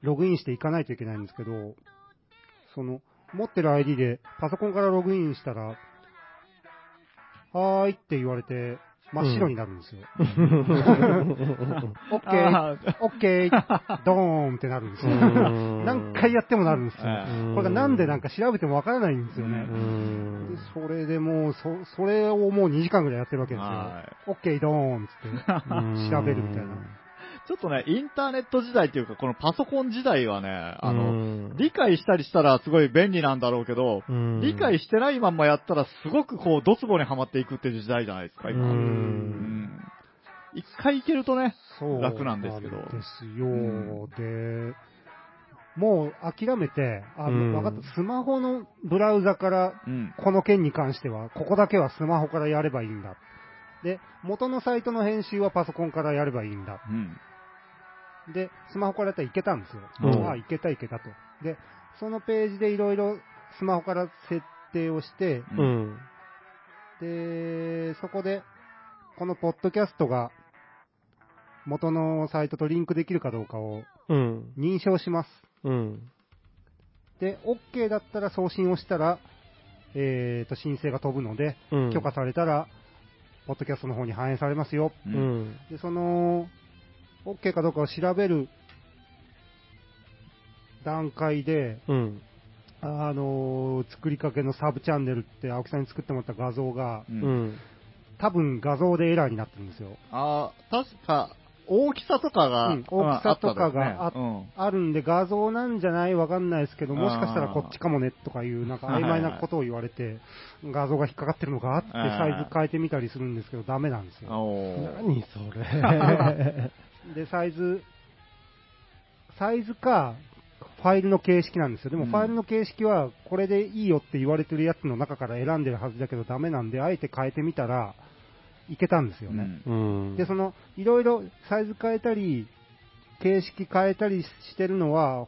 ログインしていかないといけないんですけど、その、持ってる ID でパソコンからログインしたら、はーいって言われて、真っ白になるんですよ。オッケー、
あー
オッケー、ドーンってなるんですよ。
うん
何回やってもなるんですよ。
え
うん
これがなんでなんか調べてもわからないんですよ
う
ね。
ん
でそれでもうそ、それをもう2時間ぐらいやってるわけですよ。
は
オッケードーンっつ っ
うん
て、調べるみたいな。
ちょっとね、インターネット時代っていうか、このパソコン時代はね、あ
う
の、
ん
理解したりしたらすごい便利なんだろうけど、
うん
理解してないまんまやったらすごくこう、ドツボにはまっていくっていう時代じゃないですか、
う
今。うんん一回いけるとね、
そう。
楽なんですけど
です
うん
よ。で、もう諦めて、あ
うん
の、わかった。スマホのブラウザから、
うん。
この件に関しては、ここだけはスマホからやればいいんだ。で、元のサイトの編集はパソコンからやればいいんだ。
うん。
で、スマホからやったらいけたんですよ。
うん
ああ、いけたいけたと。で、そのページでいろいろスマホから設定をして、
う。
うんん。
で、そこで、このポッドキャストが、元のサイトとリンクできるかどうかを
うん。
認証します。
うん。
で、OK だったら送信をしたら、えーと、申請が飛ぶので、
うん
許可されたら、ポッドキャストの方に反映されますよ。
う。
うんん。
で、その、OK かどうかを調べる段階で、
うん。
あのー作りかけのサブチャンネルって青木さんに作ってもらった画像が、
う。
うんん。
多分画像でエラーになってるんですよ。
あー確か、大きさとかが、
うん大きさとかが
あったですね
あるんで画像なんじゃないわかんないですけど、もしかしたらこっちかもねとかいう、なんか曖昧なことを言われて、画像が引っかかってるのかってサイズ変えてみたりするんですけど、ダメなんです
うん。
よ。
おー
何それ。
で、サイズ、サイズか、ファイルの形式なんですよ。でも
うん
ファイルの形式は、これでいいよって言われてるやつの中から選んでるはずだけど、ダメなんで、あえて変えてみたら、いけたんですよね。
うん。
で、その、いろいろサイズ変えたり、形式変えたりしてるのは、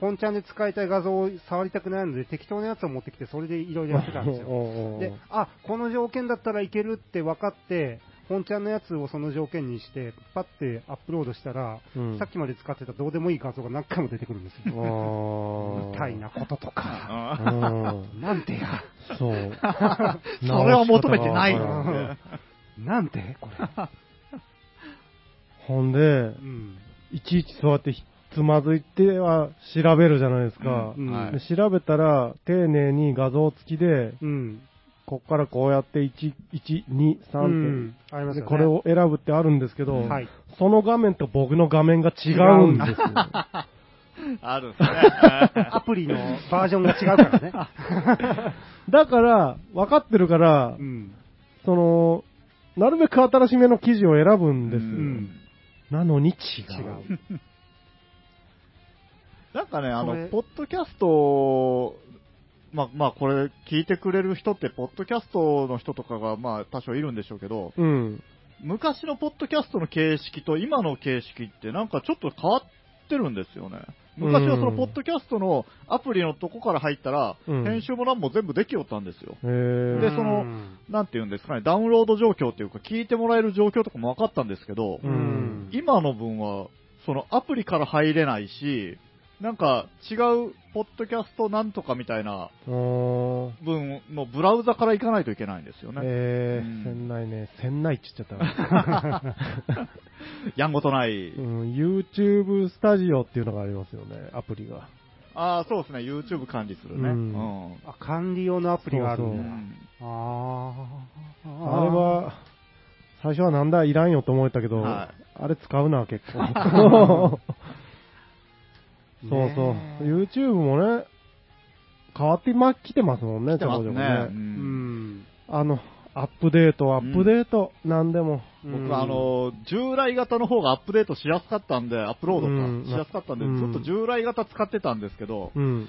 本ちゃんで使いたい画像を触りたくないので、適当なやつを持ってきて、それでいろいろやってたんで すよ。
おうおうおう
で、あ、この条件だったらいけるって分かって、本ちゃんのやつをその条件にして、パッてアップロードしたら、
うん
さっきまで使ってたどうでもいい画像が何回も出てくるんですよ。
ああ
みたいな。こととか、
あー
うん。
なんてや、
そう。
それを求めてない
直し方がわからん
なんて、これ。
ほんで
う、ん。
いちいちそうやってひつまずいては調べるじゃないですか。
うん
はい
で調べたら、丁寧に画像付きで、
うん。
こっからこうやって1、1、2、
う
3
んあり
点。
ます
で、
よね。
これを選ぶってあるんですけど、
はい。
その画面と僕の画面が違うんですよ。
あるんです ね。
アプリのバージョンが違うからね。
だから、分かってるから
う、ん。
その、なるべく新しめの記事を選ぶんですよ。
うん
なのに違
違
う。
う。
なんかね、あ
それ
の、ポッドキャストまあ、まあ、これ、聞いてくれる人って、ポッドキャストの人とかが、まあ、多少いるんでしょうけど、
うん。
昔のポッドキャストの形式と今の形式って、なんかちょっと変わってるんですよね。昔はその、
うん
ポッドキャストのアプリのとこから入ったら、
うん
編集も何も全部できよったんですよ。
へー
でそのなんて言うんですかね、ダウンロード状況っていうか、聞いてもらえる状況とかも分かったんですけど、
うん
今の分は、そのアプリから入れないし、なんか違うポッドキャストなんとかみたいな
あー
分のブラウザから行かないといけないんですよね。
え
うん
ー、船内ね、船内って言っちゃった な。
やんごとない。
うん、YouTube スタジオっていうのがありますよね、アプリが。
ああ、そうですね、YouTube 管理するね。う
うんん。
あ、管理用のアプリがある
うん
だ。
ん
あー
あれ、は、最初はなんだ、いらんよと思えたけど、
は
あれ使うな、結 構。そうそう
ね。え
YouTube もね、変わってま、来てますもんね、
来てますね
ちょこちょこ
う
うんん。
あの、アップデート、アップデート、なんでも。
うん
僕はあの、従来型の方がアップデートしやすかったんで、アップロード
うん
かしやすかったんで、
うん
ずっと従来型使ってたんですけど、
うん。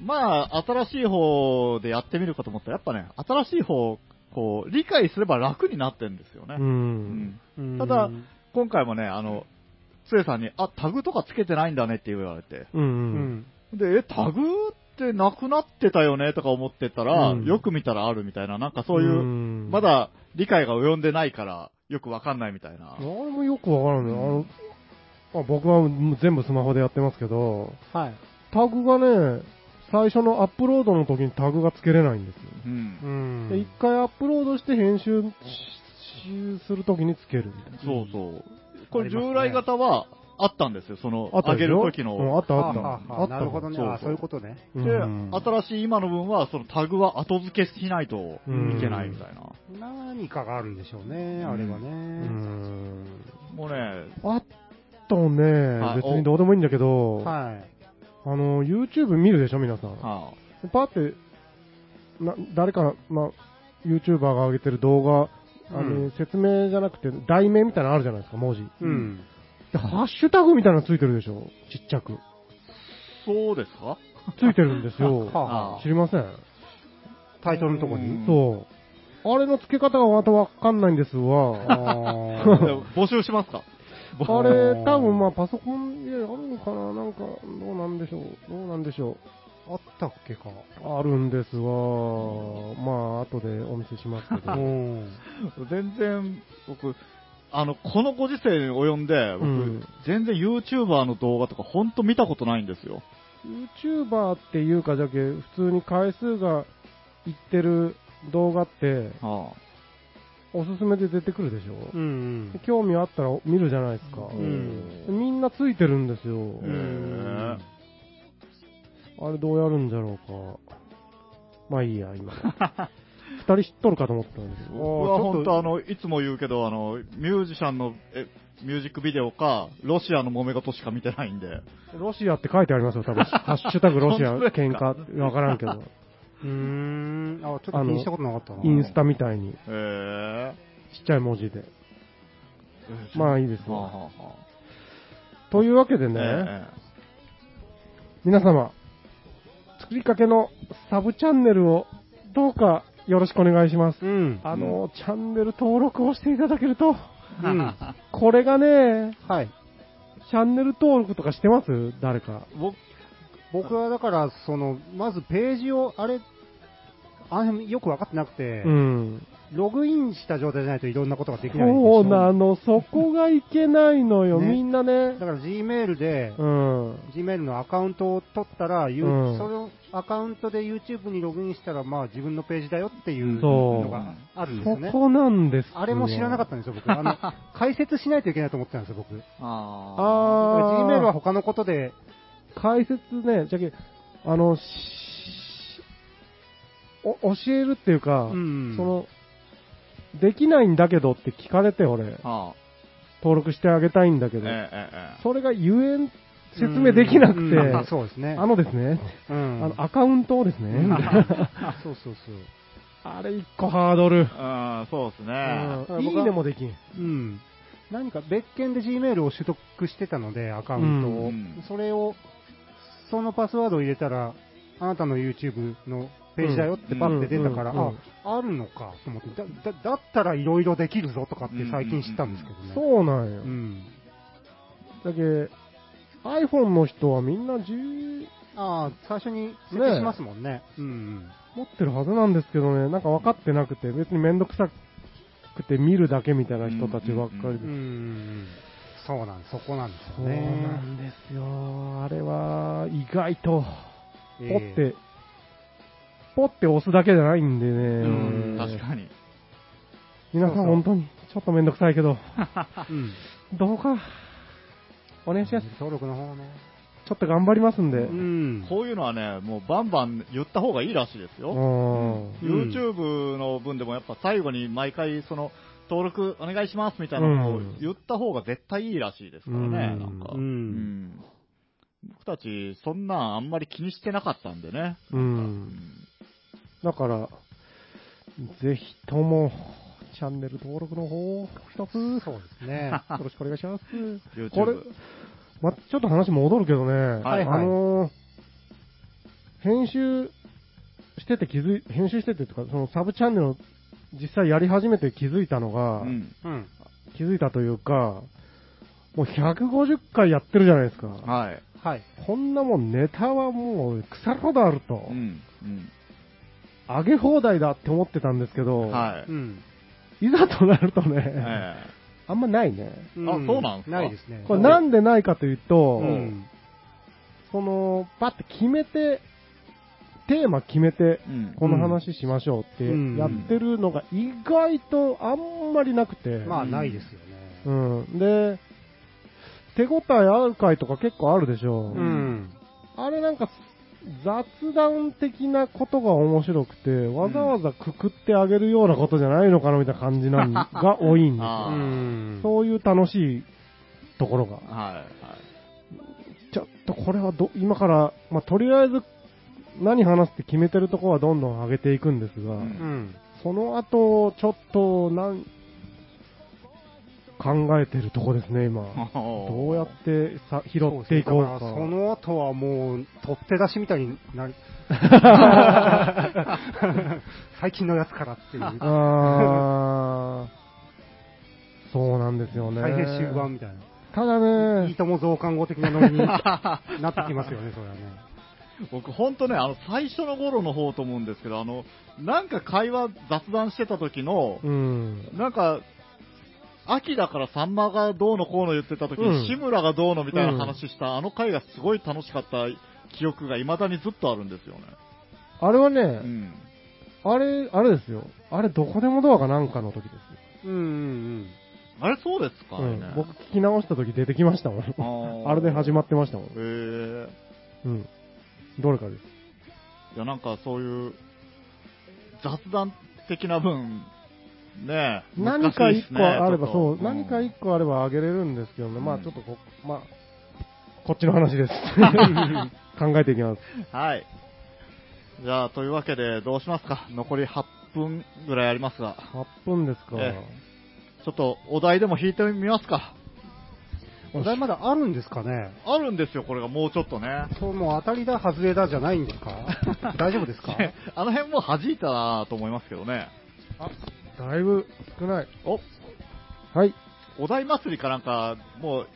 まあ、新しい方でやってみるかと思ったら、やっぱね、新しい方、こう、理解すれば楽になってんですよね。
う。
うんんただ
うん
今回もね、あの、つえさんに、あ、タグとかつけてないんだねって言われて。
うん。う。
うんん。
で、え、タグってなくなってたよねとか思ってたら、
うん
よく見たらあるみたいな、なんかそういう、
ん
ま、だ理解が及んでないから、よくわかんないみたいな
あ。れもよくわからんね。あの、まあ、僕は全部スマホでやってますけど、
はい。
タグがね、最初のアップロードの時にタグがつけれないんですよ。
うん
う。
で一
ん。
回アップロードして編集ししするときにつけるみたいな。
そうそう。これ
ありますね
従来型はあったんですよ、その、
あった
上げ
でし
る
ょ
時
うんあ
の。
ったあった。
はあは
あ
あ
った
なるほどね。
そうそう
あそういうことね。
で、
うん
新しい今の分は、そのタグは後付けしないといけないみたいな。
何かがあるんでしょうね、あれは
う
ね。
ん
もうね、
あと
は
ね、
い
別にどうでもいいんだけど、あ
はい。
の、YouTube 見るでしょ、皆さん。
は
パって、な誰か、まあ、YouTuber が上げてる動画、あの
うん
説明じゃなくて、題名みたいなのあるじゃないですか、文字。
うん。
でハッシュタグみたいなのついてるでしょ、ちっちゃく。
あ、そうですか
ついてるんですよ。
はあはあ
知りません。
タイトルのとこ
うん
に。
そう。あれの付け方がまたわかんないんです わ。
あ
じゃあ
ー
募集しますか
あれ、多分まあパソコンであるのかななんか、どうなんでしょうどうなんでしょ
あったっけか。
うあるんですわ。まあ、後でお見せしますけ
う
ど。
ん。
全然、僕、あの、このご時世に及んで、僕、
うん
全然 YouTuber の動画とかほんと見たことないんですよ。
YouTuber っていうか、じゃけ、普通に回数がいってる動画って、
は
おすすめで出てくるでしょ、
うん
で興味あったら見るじゃないですか。
あ
ん
でみんなついてるんですよ。
へー
あれどうやるんじゃろうか。まあいいや、 今。二人知っとるかと思ったんですけ
僕
ど。
は本
ちょっ
当あの、いつも言うけど、あの、ミュージシャンの、え、ミュージックビデオか、ロシアの揉め事しか見てないんで。
ロシアって書いてありますよ、多 分。ハッシュタグロシア
本当です
喧
か
嘩わからんけど。
うーん。あ、ちょっと気にしたことなかったな。
インスタみたいに、ち
へえ
っちゃい文字で。まあいいですね
はあはあは
というわけで
あ
ね、
え
皆様、作りかけのサブチャンネルをどうかよろしくお願いします。
うん。
あの、チャンネル登録をしていただけると、
え
うん
これがね、
はい。
チャンネル登録とかしてます誰か。
僕、
僕はだから、その、まずページを、あれ、あの辺よく分かってなくて、
うん。
ログインした状態じゃないといろんなことができないんです
そう
よ
なの、そこがいけないのよ、
ね
みんなね
だ。から Gmail で、
うん。
Gmail のアカウントを取ったら、ゆ
うん
そのアカウントで YouTube にログインしたら、まあ自分のページだよっていう
そう
のがあるんです
そ
よね。
こなんですよ。
あれも知らなかったんですよ、僕。あの、解説しないといけないと思ってたんですよ、僕。
ああ。
あー
Gmail は他のことで、
解説ね、じゃけ、あの、しお教えるっていうか、
うん
その、できないんだけどって聞かれて、俺、
はあ。
登録してあげたいんだけ
ええ
ど、
ええええ
それがゆえん、説明できなくて、
うんうんそうですね。
あ、のですね、
うん、
あの、アカウントをですね、
そうそうそう。
あれ一個ハードル、
うん、そうですね。
う
僕は
んいいねもできん。
うん。何か別件で Gmail を取得してたので、アカウントを。
うん
それを、そのパスワードを入れたら、あなたの YouTube のページだよってパッて出たから、
うんうんうん
あ、あるのかと思って、だ、だだったらいろいろできるぞとかって最近知ったんですけどね。
そうなんよ。
うん。
だけ iPhone の人はみんな10
ああ、最初に設定しますもんね。うん
持ってるはずなんですけどね、なんか分かってなくて、別に面倒くさくて見るだけみたいな人たちばっかり
うん。う
で。
ん。そうなん、そこなんです
そ
よ
うな
ね。
んですよ。あれは、意外と、
え
ポっ
え
て、ポって押すだけじゃないんで
うん、確
ね。
かに。
皆さん本当に、ちょっと面倒くさいけど、
うん。
どうか、お願いします。
登録の方ね。
ちょっと頑張りますんで。
うん。
こういうのはね、もうバンバン言った方がいいらしいです
う
よ。
ん。
うん
YouTube の分でもやっぱ最後に毎回その、登録お願いしますみたいなのを
うん
言った方が絶対いいらしいですからね、
うん
なんか。
う。
うんん僕たち、そんなんあんまり気にしてなかったんでね。
う。
うんん
だから、ぜひとも、チャンネル登録の方を一つ、よ
そうですね。
ろしくお願いします。
YouTube
これ、ま、ちょっと話戻るけどね、
はい
あのー編集してて気づい、編集しててとか、そのサブチャンネルを実際やり始めて気づいたのが、
うん。
うん。
気づいたというか、もう150回やってるじゃないですか。
はい。
はい。
こんなもんネタはもう腐るほどあると
う、ん。う
上げ放題だって思ってたんですけど、
ん。は
う
い。
ん。
いざとなるとね、
ええ
あんまないね。
あそうなんですか
ないですね。
これなんでないかというと、
うん。
その、パッて決めて、テーマ決めて、
うん。
この話しましょうって
うん
やってるのが意外とあんまりなくて、
まあ、ないですよ
う
ね。
ん。で、手応えある回とか結構あるでしょ。
うん。
あれなんか、雑談的なことが面白くて、わざわざくくってあげるようなことじゃないのかなみたいな感じなんが多いんです
う
あ
よ。
ん。
そういう楽しいところが。
はい。はい。
ちょっとこれはど、今から、まあ、とりあえず、何話すって決めてるところはどんどん上げていくんですが、
うん
うん。
その後、ちょっと、なん、考えてるとこですね、今。どうやってさ拾っていこうか。
その後はもう、取って出しみたいに なる。最近のやつからっていう。
あーそうなんですよね。
大変終盤みたい
ただ
な。いい
ね、
とも増刊号的なノリになってきますよね、それはね。
僕、ほんとね、あの、最初の頃の方と思うんですけど、あの、なんか会話、雑談してた時の、
うん。
なんか、秋だからサンマがどうのこうの言ってた時
うん
に、志村がどうのみたいな話した、あの回がすごい楽しかった記憶が未だにずっとあるんですよね。
あれはね、
うん。
あれ、あれですよ。あれ、どこでもドアかなんかの時ですよ。
うんうん
あれそうですか、
うん、僕聞き直した時出てきましたもん。 あれで始ま
っ
ってましたもん
へ。え。
うん。どれかです。
いや、なんかそういう、雑談的な分、ねえ、
何か一個あれば、そう、何
難
か
しいっ
一個あればあげれるんですけどね。まあ
うん
ちょっとこ、まあ、こっちの 話です。考えていきます。
すねちょっとうんはい。じゃあ、というわけで、どうしますか残り8分ぐらいありますが、
8分ですか。
えちょっとお題でも引いてみますか。
うん。お題まだあるんですかね
あるんですよ、これがもうちょっとね。
そう、もう当たりだ、外れだじゃないんです か大丈夫ですか
あの辺もう弾いたなと思いますけどね。
だいぶ少ない。
お、
はい。
お題祭りかなんか、もう、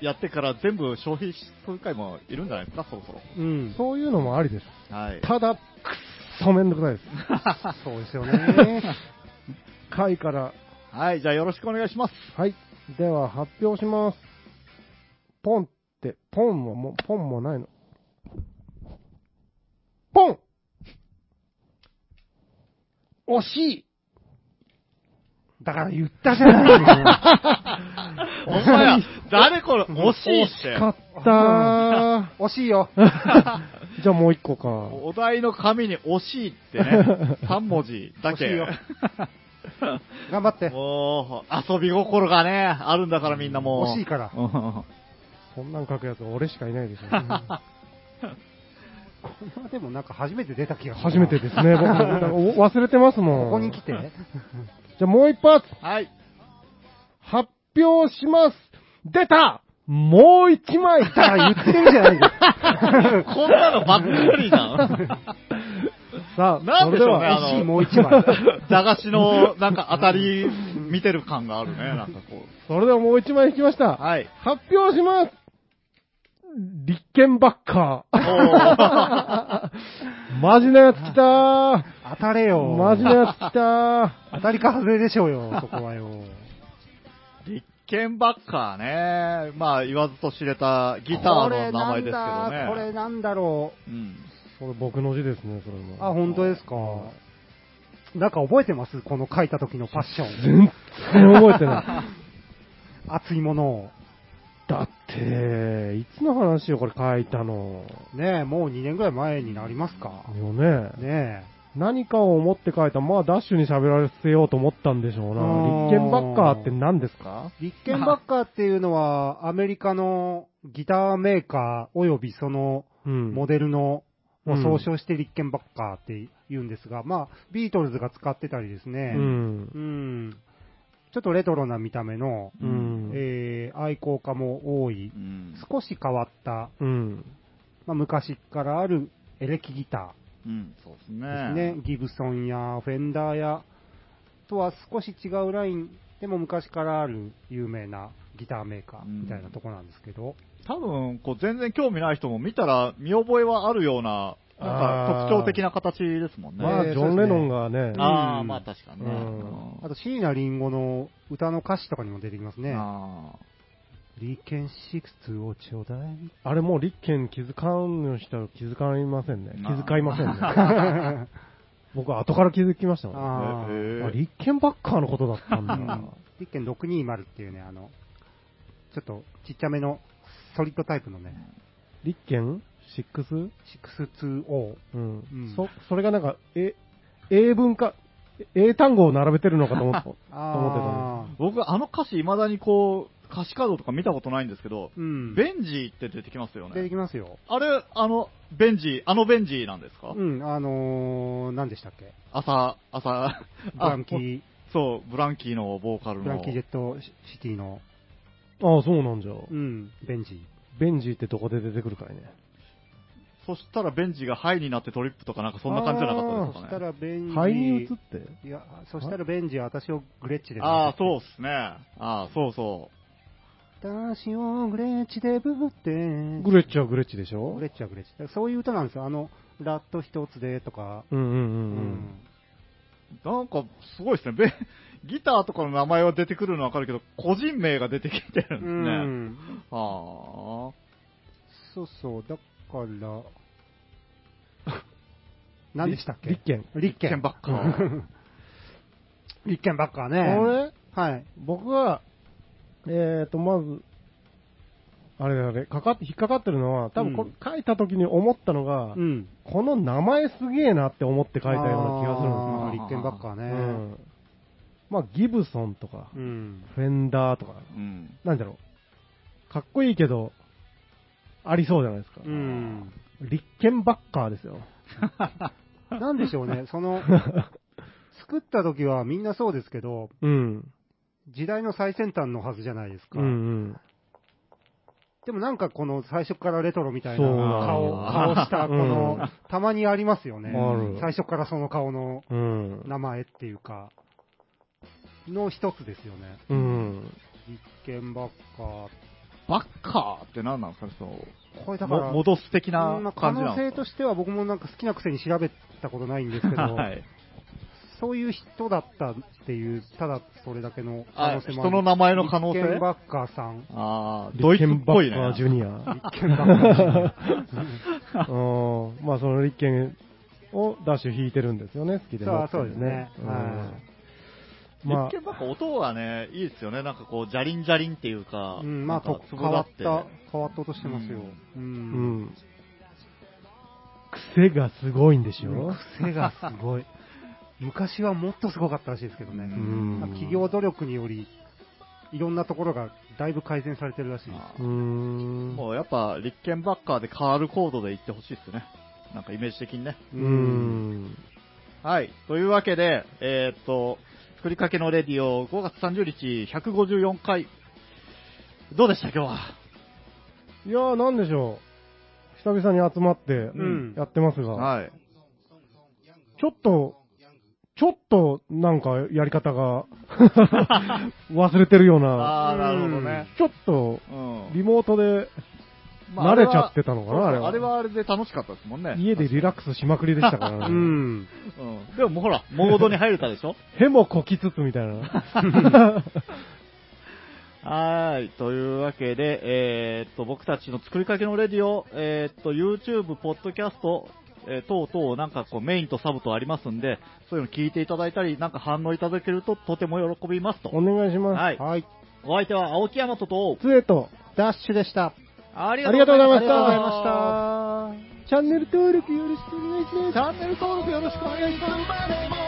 やってから全部消費する回もいるんじゃないですか、そろそろ。
うん。
そういうのもありです。
はい。
ただ、くっそめんどくさい です。
そうですよ ね。
回から
はい、じゃあよろしくお願いします。
はい。では発表します。ポンって、ポンももう、ポンもないの。ポン惜しい
だから言ったじゃ な い
お前ら、誰これ、惜しいって。
かった
の惜しい よ。
ー。じゃあもう一個か。
お題の紙に惜しいって ね、3文字だけ。
惜しいよ頑張っ て。
もう、遊び心がね、あるんだからみんなもう。
惜しいから
うん。
そんなん書くやつ俺しかいないでしょ、
これはでもなんか初めて出た気がする。
初めてです ね。僕、なんかお忘れてますもん。
ここに来て。
じゃあもう一発、
はい。
発表します。出たもう一枚いたら言ってるじゃないです か。
こんなのばっかりじゃ ん。
さあ、
なんでしょうね、あ
欲しい
の、
もう一枚。
駄菓子の、なんか当たり見てる感があ るね、なんかこ
それではもう一枚いきまし
う。
た。
はい。
発表します立憲バッカ
おー
ー。 マジなやつ来たー。
当たれよ。
マジなやつ来たー。
当たりか外れでしょう よ、そこはよ。
立憲バッカーね。まあ、言わずと知れたギターの名前ですけどね。
これなんだろ
うん。
それ僕の字ですね、それも。
う。あ、本当ですか。なんか覚えてますこの書いた時のパッション。
全然覚えてない。
熱いものを。
だって、いつの話よ、これ書いたの。
ねえ、もう2年ぐらい前になりますか。
よね。
ね
何かを思って書いた、まあダッシュに喋らせようと思ったんでしょう
うー
な。
ん
立憲バッカーって何ですか
え。立憲バッカーっていうのは、アメリカのギターメーカーおよびその
うん。
モデルの、
う
を
ん
総称して立憲バッカーって言うんですが、まあ、ビートルズが使ってたりですね。
うん。
うんちょっとレトロな見た目の、
うん。
えー愛好家も多い、
うん。
少し変わった、
うん。
まあ、昔からあるエレキギタ
うん、そうです
ー
ね。
ですね、ギブソンやフェンダーや、とは少し違うラインでも昔からある有名なギターメーカーみたいなとこなんですけど、
多分、こう、全然興味ない人も見たら見覚えはあるような、なんか特徴的な形ですもんね。
まあ、ジョン・レノンがね、
ああ、
うん
まあ確かにね。
うん
あと椎名林檎の歌の歌詞とかにも出てきますね、
あ
リケン6をちょうだい。
あれもう立憲気づかんの人は気づかいませんね。気
あー
遣いません ね。僕は後から気づきましたもん
あ
あ
ー
へえ
あ立憲バッカーのことだったんだ。
立憲620っていうね、あの、ちょっとちっちゃめのソリッドタイプのね、
立憲 ?6?
620。
うん
うん
そ、それがなんか、え、英文か、英単語を並べてるのか と思った。
あ
僕、あの歌詞、未だにこう、歌詞カードとか見たことないんですけど、
ーうん。
ベンジーって出てきますよ
出て
ね
き。ますよ。
あれ、あの、ベンジー、あのベンジーなんですか、
うん、あのー、何でしたっけ
朝、朝、
ブランキー、
そう、ブランキーのボーカルの。
ブランキージェットシティの、
ああ、そうなんじゃ。
うん、ベンジ。
ベンジーってどこで出てくるかいね。
そしたらベンジーがハイになってトリップとかなんかそんな感じじゃなか
そ
ったで
し
すか
た
ね。
らベンジ。
肺に移って
いや、そしたらベンジは私をグレッチで。
ああ、そうっすね。ああ、そうそう。
私をグレッチでぶって。
グレッチはグレッチでしょ
グレッチはグレッチ。そういう歌なんですよ。あの、ラット一つでとか。
うんうん
う
うん
なんか、すごいですね。べギターとかの名前は出てくるのわかるけど、個人名が出てきてるんですね。
うん。
は
そうそう、だから、何でしたっ
うん。立
け
憲。
立
あ。剣ばっか。
立憲ばっかね。
これ
はい。
僕は、えーと、まず、あれあれ、かかって、引っかかってるのは、多分これ
うん
書いた時に思ったのが、
うん。
この名前すげえなって思って書いたような気がするんですよ。
あー立憲ばっか
う
ね。
んまあ、ギブソンとか、
うん。
フェンダーとか、
うん。
なんだろう。かっこいいけど、ありそうじゃないですか。
うん。
立憲バッカーですよ。
なんでしょう ね、その、作った時はみんなそうですけど、
うん。
時代の最先端のはずじゃないですか
うんう。ん。
でもなんかこの最初からレトロみたいな
そう
顔、
なん
顔
だ
したこの
うん、
たまにありますよね。
ある
最初からその顔の
うん。
名前っていうか、の一つですよね。
うん。
立憲ばっか。
ばっかって何なんですかね、そう。
これだか
も
ら、
戻す的な
うんまあ可
感じな
能
んで
性
すか
としては僕もなんか好きなくせに調べたことないんで すけど、
はい。
そういう人だったっていう、ただそれだけの可
あ
能性も
人の名前の可能
立
性
憲バッカーさん。
ああ、ドイツっぽいね。
立憲バッカージュニ
立憲バッカーさん。
ア。うん。まあ、その立憲をダッシュ引いてるんですよね、好きでね。
そうそうですね
うん
は
ま
立憲ばっか音はね、いいですよね。なんかこう、ジャリンジャリンっていうか。
うん、まあ、
なん
と
か
変
粒が
わ
あ
っ
って
た、変わった音してますよ。う。
あ、うんん。癖がすごいんですよ。
癖がすごい。昔はもっとすごかったらしいですけどね。
ん
まあ企業努力により、いろんなところがだいぶ改善されてるらしいです。
あ
う
ー
ん。
もうやっぱ、立憲ばっかでカールコードで行ってほしいっすね。なんかイメージ的にね。
う。ん。
はい。というわけで、えーっと、作りかけのレディオ5月30日154回。どうでした今日は。
いやー、なんでしょう。久々に集まって
ん、
やってますが、
はい。
ちょっと、ちょっと、なんか、やり方が、 忘れてるような、
ああ、なるほどね。
ちょっと、
うん。
リモートで、
まあ
慣れちゃってたのかな、
あ
あ
れ
れ
は
は。
あれはあれで楽しかったですもんね。
家でリラックスしまくりでしたからね。
うん。
うん。でももうほら、モードに入れたでしょ
へもこきつつみたいな。
はーい。というわけで、えーっと、僕たちの作りかけのレディオ、えーっと、YouTube、ポッドキャスト、えー等々、なんかこう、メインとサブとありますんで、そういうの聞いていただいたり、なんか反応いただけると、とても喜びますと
お。願いします。
はい
はい。
お相手は、青木山とと、
杖と、
ダッシュでした。
あり
がとうござい
あ
ました
りがとうござい
あ
ました。
チャンネル登録よろしくお願いします。
チャンネル登録よろしくお願いします。